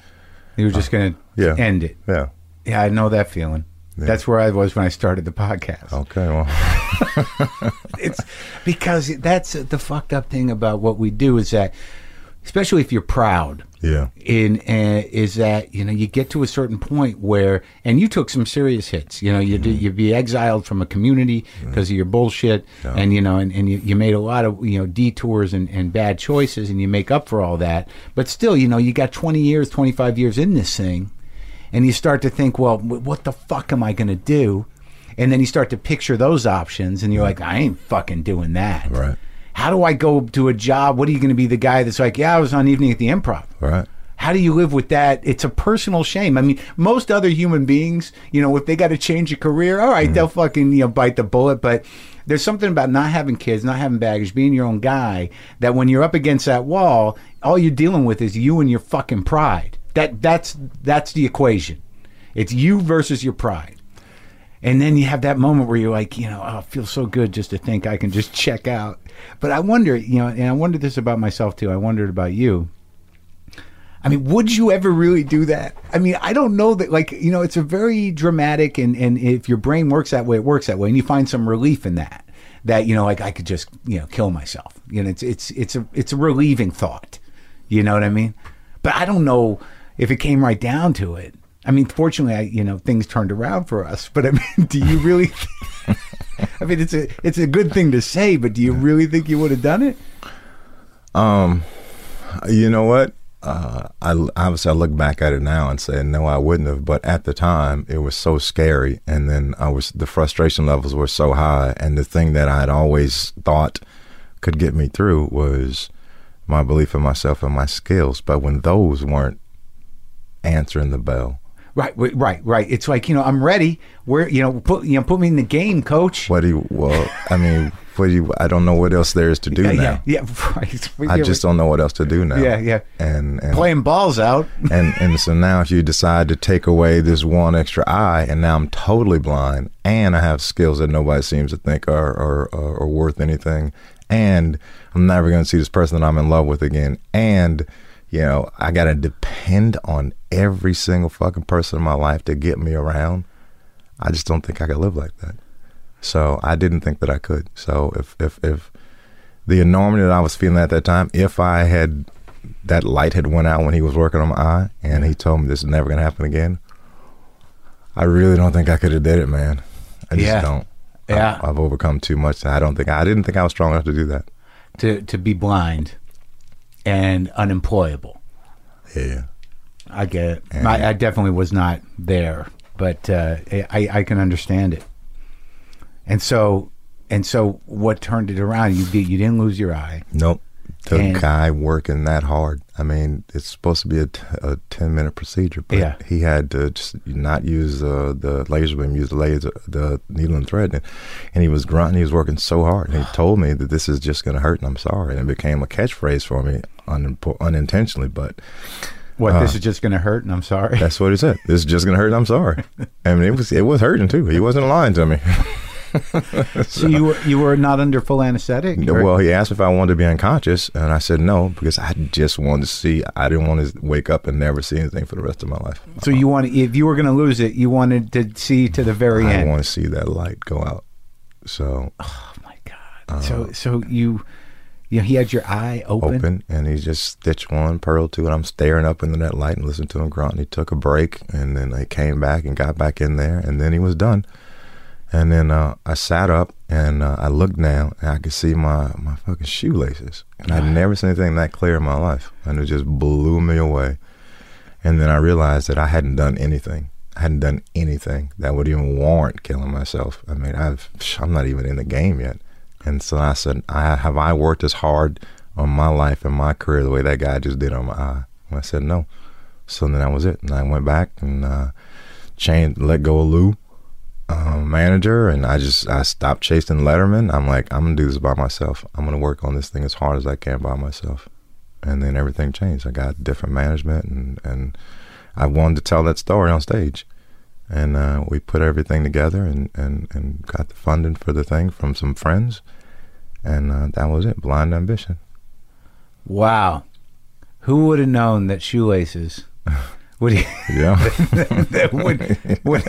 Speaker 1: You were just gonna
Speaker 2: Yeah.
Speaker 1: end it.
Speaker 2: Yeah.
Speaker 1: Yeah, I know that feeling. That's where I was when I started the podcast.
Speaker 2: Okay. Well.
Speaker 1: it's because that's the fucked up thing about what we do is that, especially if you're proud,
Speaker 2: Yeah.
Speaker 1: in uh, is that you know you get to a certain point where and you took some serious hits you know you'd,
Speaker 2: Mm-hmm.
Speaker 1: you'd be exiled from a community because of your bullshit and you know and, and you, you made a lot of you know detours and, and bad choices and you make up for all that but still you know you got 20 years 25 years in this thing and you start to think well wh- what the fuck am i going to do and then you start to picture those options and you're like i ain't fucking doing that
Speaker 2: Right.
Speaker 1: how do i go to a job what are you going to be the guy that's like yeah i was on evening at the improv
Speaker 2: All right.
Speaker 1: how do you live with that? It's a personal shame. I mean, most other human beings, you know, if they got to change a career, all right, they'll fucking you know bite the bullet. But there's something about not having kids, not having baggage, being your own guy. That when you're up against that wall, all you're dealing with is you and your fucking pride. That that's that's the equation. It's you versus your pride. And then you have that moment where you're like, you know, oh, it feels so good just to think I can just check out. But I wonder, you know, and I wondered this about myself too. I wondered about you. I mean, would you ever really do that? I mean, I don't know that, like, you know, it's a very dramatic, and, and if your brain works that way, it works that way, and you find some relief in that. That you know, like I could just you know kill myself. You know, it's it's it's a it's a relieving thought. You know what I mean? But I don't know if it came right down to it. I mean, fortunately, I you know things turned around for us. But I mean, do you really? I mean, it's a it's a good thing to say, but do you really think you would have done it?
Speaker 2: You know what? Uh, I obviously I look back at it now and say no, I wouldn't have. But at the time, it was so scary, and then I was the frustration levels were so high, and the thing that I had always thought could get me through was my belief in myself and my skills. But when those weren't answering the bell,
Speaker 1: Right, wi- right, right. It's like you know, I'm ready. Where you know, put you know, put me in the game, coach.
Speaker 2: what do you? Well, I mean, what do you? I don't know what else there is to do
Speaker 1: yeah,
Speaker 2: now.
Speaker 1: yeah, yeah, right.
Speaker 2: I
Speaker 1: Yeah,
Speaker 2: just don't know what else to do now.
Speaker 1: Yeah, yeah.
Speaker 2: And, and
Speaker 1: playing balls out.
Speaker 2: and and so now if you decide to take away this one extra eye and now I'm totally blind and I have skills that nobody seems to think are are, are, are worth anything and I'm never going to see this person that I'm in love with again and you know I got to depend on every single fucking person in my life to get me around I just don't think I could live like that so I didn't think that I could so if if if the enormity that I was feeling at that time if I had that light had went out when he was working on my eye and he told me this is never gonna happen again i really don't think i could have did it man i just
Speaker 1: Yeah.
Speaker 2: don't I-
Speaker 1: Yeah.
Speaker 2: I've, overcome too much i don't think i didn't think i was strong enough to do that
Speaker 1: to to be blind and unemployable.
Speaker 2: yeah
Speaker 1: I get it. I, I definitely was not there, but uh, I I can understand it. And so and so, what turned it around? You did, you didn't lose your eye.
Speaker 2: nope the
Speaker 1: And-
Speaker 2: guy working that hard i mean it's supposed to be a, t- a 10 minute procedure but
Speaker 1: Yeah.
Speaker 2: he had to just not use uh, the laser beam use the laser the needle and thread and, and he was grunting he was working so hard and he told me that this is just gonna hurt and i'm sorry and it became a catchphrase for me un- unintentionally but
Speaker 1: What
Speaker 2: Uh.
Speaker 1: this is just going to hurt, and I'm sorry.
Speaker 2: That's what he said. This is just gonna hurt. I'm sorry. I mean, it was it was hurting too. He wasn't lying to me.
Speaker 1: so you were, you were not under full anesthetic. or-
Speaker 2: well, he asked if I wanted to be unconscious, and I said no because I just wanted to see. I didn't want to wake up and never see anything for the rest of my life.
Speaker 1: So you want if you were going to lose it, you wanted to see to the very
Speaker 2: I
Speaker 1: end.
Speaker 2: want to see that light go out. So
Speaker 1: Oh my god.
Speaker 2: uh,
Speaker 1: so so you you know, he had your eye open.
Speaker 2: open, and he's just stitch one, pearl two, and I'm staring up into that light and listening to him grunt. And he took a break, and then he came back and got back in there, and then he was done. And then uh, I sat up and uh, I looked down, and I could see my my fucking shoelaces, and I'd never seen anything that clear in my life, and it just blew me away. And then I realized that I hadn't done anything. I hadn't done anything that would even warrant killing myself. I mean, I've I'm not even in the game yet. And so I said, I have I worked as hard on my life and my career the way that guy just did on my eye. And I said no. So then that was it. And I went back and uh, changed, let go of Lou, um, manager, and I just I stopped chasing Letterman. I'm like, I'm gonna do this by myself. I'm gonna work on this thing as hard as I can by myself. And then everything changed. I got different management, and and I wanted to tell that story on stage. And uh, we put everything together and, and, and got the funding for the thing from some friends. And uh, that was it, Blind Ambition.
Speaker 1: Wow. Who would have known that shoelaces would
Speaker 2: Yeah.
Speaker 1: that would would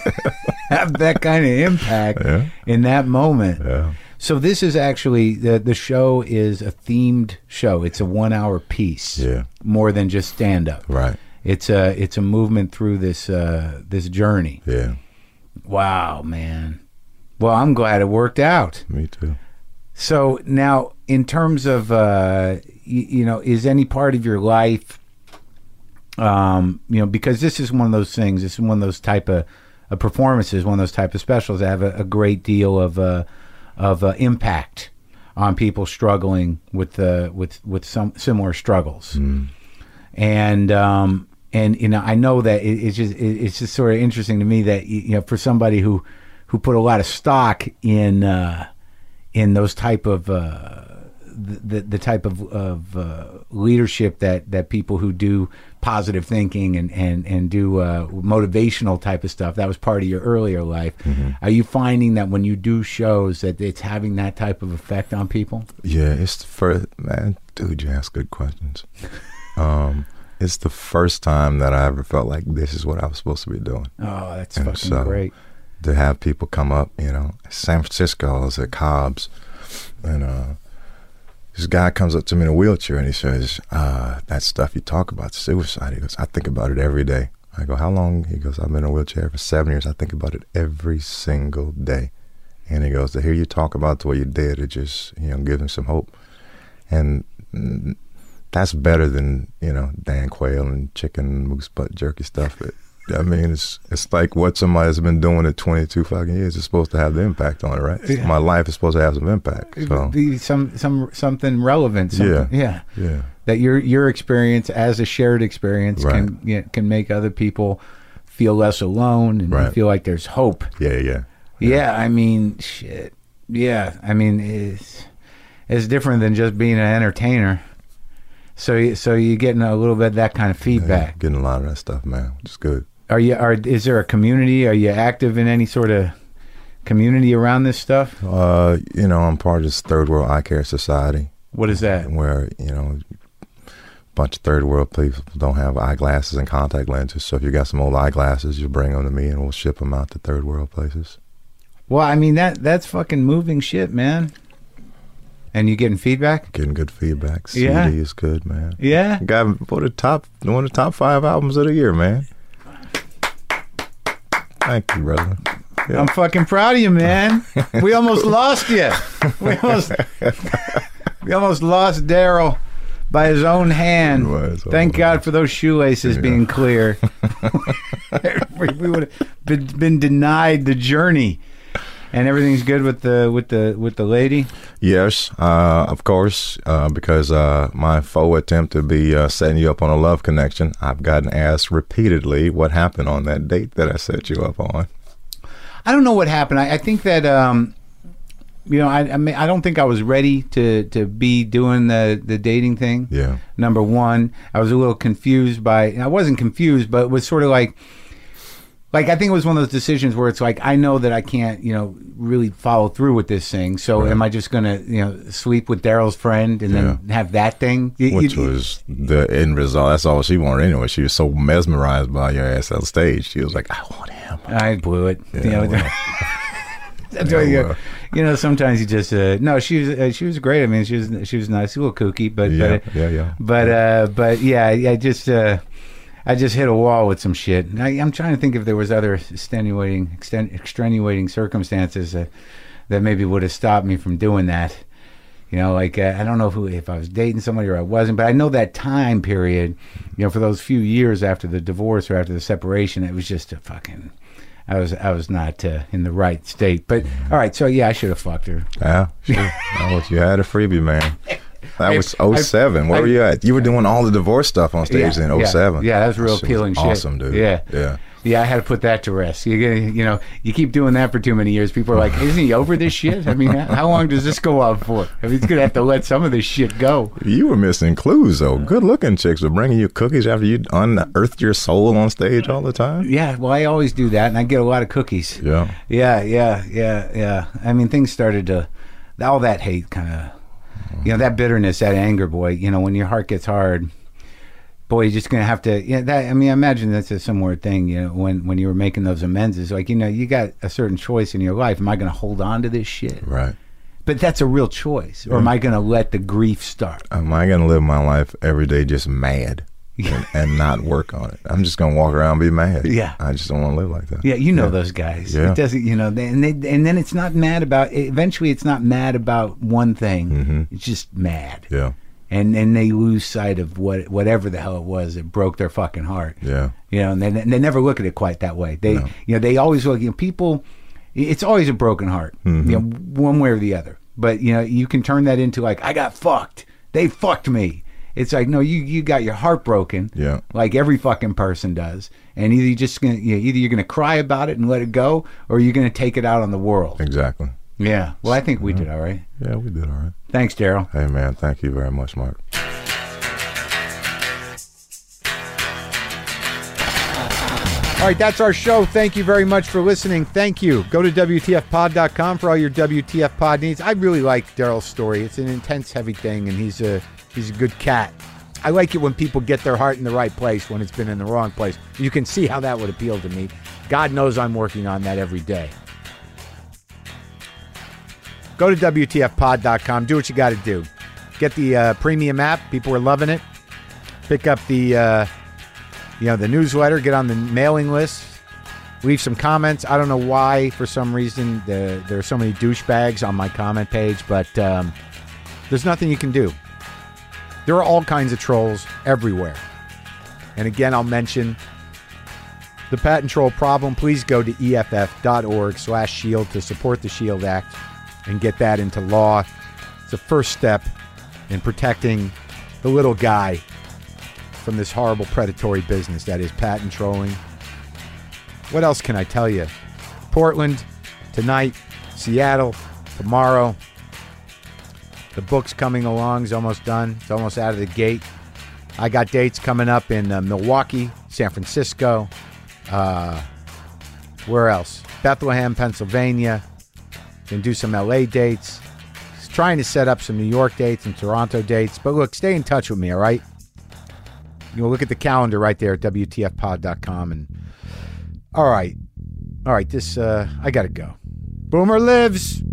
Speaker 1: have that kind of impact
Speaker 2: Yeah.
Speaker 1: in that moment.
Speaker 2: yeah.
Speaker 1: So this is actually the the show is a themed show. It's a one hour piece.
Speaker 2: Yeah.
Speaker 1: More than just stand up.
Speaker 2: Right.
Speaker 1: It's a it's a movement through this uh, this journey.
Speaker 2: Yeah.
Speaker 1: Wow, man. Well, I'm glad it worked out.
Speaker 2: Me too.
Speaker 1: So now, in terms of uh, y- you know, is any part of your life, um, you know, because this is one of those things. This is one of those type of uh, performances, one of those type of specials that have a, a great deal of uh, of uh, impact on people struggling with uh, with with some similar struggles, and. Um, and you know, I know that it, it's just it, it's just sort of interesting to me that y- you know, for somebody who who put a lot of stock in uh, in those type of uh, the, the type of, of uh, leadership that, that people who do positive thinking and and and do uh, motivational type of stuff that was part of your earlier life.
Speaker 2: Mm-hmm.
Speaker 1: Are you finding that when you do shows that it's having that type of effect on people?
Speaker 2: Yeah, it's the first man, dude. You ask good questions. um, it's the first time that I ever felt like this is what I was supposed to be doing.
Speaker 1: Oh, that's
Speaker 2: And
Speaker 1: fucking
Speaker 2: so-
Speaker 1: great.
Speaker 2: To have people come up, you know, San Francisco, I was at Cobb's, and uh, this guy comes up to me in a wheelchair and he says, uh, "That stuff you talk about, suicide." He goes, "I think about it every day." I go, "How long?" He goes, "I've been in a wheelchair for seven years. I think about it every single day." And he goes, "To hear you talk about the way you did, it just you know gives me some hope." And mm, that's better than you know Dan Quayle and chicken moose butt jerky stuff. It, I mean, it's it's like what somebody has been doing in 22 fucking years is supposed to have the impact on it, right? My life is supposed to have some impact. So,
Speaker 1: Be some some something relevant. something-
Speaker 2: Yeah.
Speaker 1: yeah.
Speaker 2: yeah.
Speaker 1: that your your experience as a shared experience
Speaker 2: Right.
Speaker 1: can you know, can make other people feel less alone and
Speaker 2: Right.
Speaker 1: feel like there's hope.
Speaker 2: Yeah, yeah.
Speaker 1: Yeah, I mean, shit. Yeah, I mean, it's it's different than just being an entertainer. So you- so you're getting a little bit of that kind of feedback.
Speaker 2: Getting a lot of that stuff, man, which is good.
Speaker 1: Are you are is there a community? Are you active in any sort of community around this stuff?
Speaker 2: Uh, you know, I'm part of this third world eye care society
Speaker 1: What is that?
Speaker 2: where, you know, bunch of third world people don't have eyeglasses and contact lenses. So if you got some old eyeglasses, you bring them to me and we'll ship them out to third world places.
Speaker 1: Well, I mean that that's fucking moving shit, man. And you getting feedback?
Speaker 2: Getting good feedback. CD
Speaker 1: Yeah.
Speaker 2: is good, man.
Speaker 1: Yeah.
Speaker 2: Got one of the top one of the top five albums of the year, man. Thank you, brother.
Speaker 1: I'm fucking proud of you, man. We almost lost you. We almost, we almost lost Daryl by his own hand.
Speaker 2: By his own
Speaker 1: Thank God
Speaker 2: hand.
Speaker 1: for those shoelaces
Speaker 2: Yeah.
Speaker 1: being clear. we we would have been, been denied the journey. And everything's good with the with the with the lady.
Speaker 2: Yes, uh, of course, uh, because uh, my faux attempt to be uh, setting you up on a love connection, I've gotten asked repeatedly what happened on that date that I set you up on.
Speaker 1: I don't know what happened. I, I think that um, you know, I I, mean, I don't think I was ready to to be doing the the dating thing.
Speaker 2: Yeah.
Speaker 1: Number one, I was a little confused by. and I wasn't confused, but it was sort of like. Like I think it was one of those decisions where it's like I know that I can't, you know, really follow through with this thing. So am I just gonna, you know, sleep with Daryl's friend and then have that thing? You-
Speaker 2: Which
Speaker 1: you-
Speaker 2: was the end result. That's all she wanted anyway. She was so mesmerized by your ass on stage. She was like, I want him.
Speaker 1: I blew it. You know,
Speaker 2: well.
Speaker 1: that's
Speaker 2: Yeah,
Speaker 1: why you,
Speaker 2: well.
Speaker 1: you know, sometimes you just uh, no. She was uh, she was great. I mean, she was she was nice, a little kooky, but
Speaker 2: Yeah,
Speaker 1: but,
Speaker 2: yeah, yeah.
Speaker 1: But uh, but yeah, I just uh, I just hit a wall with some shit. And I, I'm trying to think if there was other extenuating exten- extenuating circumstances that that maybe would have stopped me from doing that. You know, like uh, I don't know who if I was dating somebody or I wasn't, but I know that time period. You know, for those few years after the divorce or after the separation, it was just a fucking. I was I was not uh, in the right state. But all right, so yeah, I should have fucked her.
Speaker 2: Yeah, sure. That was- you had a freebie, man. That
Speaker 1: I-
Speaker 2: was 07. Where
Speaker 1: I-
Speaker 2: were you at? You were doing all the divorce stuff on stage
Speaker 1: yeah,
Speaker 2: in 07.
Speaker 1: Yeah, yeah, that was real
Speaker 2: shit
Speaker 1: appealing shit.
Speaker 2: Awesome, dude.
Speaker 1: Yeah.
Speaker 2: Yeah.
Speaker 1: Yeah, I had to put that to rest. You get- you know, you keep doing that for too many years. People are like, "Isn't he over this shit?" I mean, how how long does this go on for? I mean, he's gonna have to let some of this shit go.
Speaker 2: You were missing clues, though. Good looking chicks were bringing you cookies after you unearthed your soul on stage all the time.
Speaker 1: Yeah, well, I always do that, and I get a lot of cookies.
Speaker 2: Yeah.
Speaker 1: Yeah, yeah, yeah, yeah. I mean, things started to all that hate kind of, you know, that bitterness, that anger, boy. You know, when your heart gets hard, boy, you're just gonna have to. Yeah, that. I mean, I imagine that's a similar thing. You know, when when you were making those amends, it's like you know, you got a certain choice in your life. Am I gonna hold on to this shit?
Speaker 2: Right.
Speaker 1: But that's a real choice, or am I gonna let the grief start?
Speaker 2: Am I going to live my life every day just mad and, and not work on it? I'm just going to walk around and be mad.
Speaker 1: Yeah.
Speaker 2: I just don't want to live like that.
Speaker 1: Yeah, you know those guys.
Speaker 2: Yeah.
Speaker 1: It doesn't, you know, they, and they, and then it's not mad about. Eventually, it's not mad about one thing. It's just mad.
Speaker 2: Mm-hmm. Yeah.
Speaker 1: and and they lose sight of what whatever the hell it was that broke their fucking heart.
Speaker 2: Yeah.
Speaker 1: you know, and they, they never look at it quite that way. They you know they always look. You know, people, it's always a broken heart, you know, one way or the other. But you know, you can turn that into like I got fucked. They fucked me. It's like no, you you got your heart broken.
Speaker 2: Yeah.
Speaker 1: like every fucking person does. And either you just gonna you know, either you're gonna cry about it and let it go, or you're gonna take it out on the world.
Speaker 2: Exactly.
Speaker 1: Yeah. Well, I think we did all right.
Speaker 2: Yeah, we did all right.
Speaker 1: Thanks, Daryl.
Speaker 2: Hey, man, thank you very much, Mark.
Speaker 4: All right, that's our show. Thank you very much for listening. Thank you. Go to WTFpod.com for all your WTF pod needs. I really like Daryl's story. It's an intense, heavy thing, and he's a he's a good cat. I like it when people get their heart in the right place when it's been in the wrong place. You can see how that would appeal to me. God knows I'm working on that every day. Go to WTFpod.com. Do what you got to do. Get the uh, premium app. People are loving it. Pick up the. Uh, you know, the newsletter, get on the mailing list, leave some comments. I don't know why, for some reason, the, there are so many douchebags on my comment page, but um, there's nothing you can do. There are all kinds of trolls everywhere. And again, I'll mention the patent troll problem. Please go to E EFF.org slash shield to support the SHIELD Act and get that into law. It's the first step in protecting the little guy from this horrible predatory business that is patent trolling. What else can I tell you? Portland, tonight, Seattle, tomorrow. The book's coming along, it's almost done, it's almost out of the gate. I got dates coming up in uh, Milwaukee, San Francisco, uh, where else? Bethlehem, Pennsylvania. Gonna do some LA dates. Just trying to set up some New York dates and Toronto dates. But look, stay in touch with me, all right? you know, look at the calendar right there at WTFpod.com. And all right, all right, this, uh, I got to go. Boomer lives.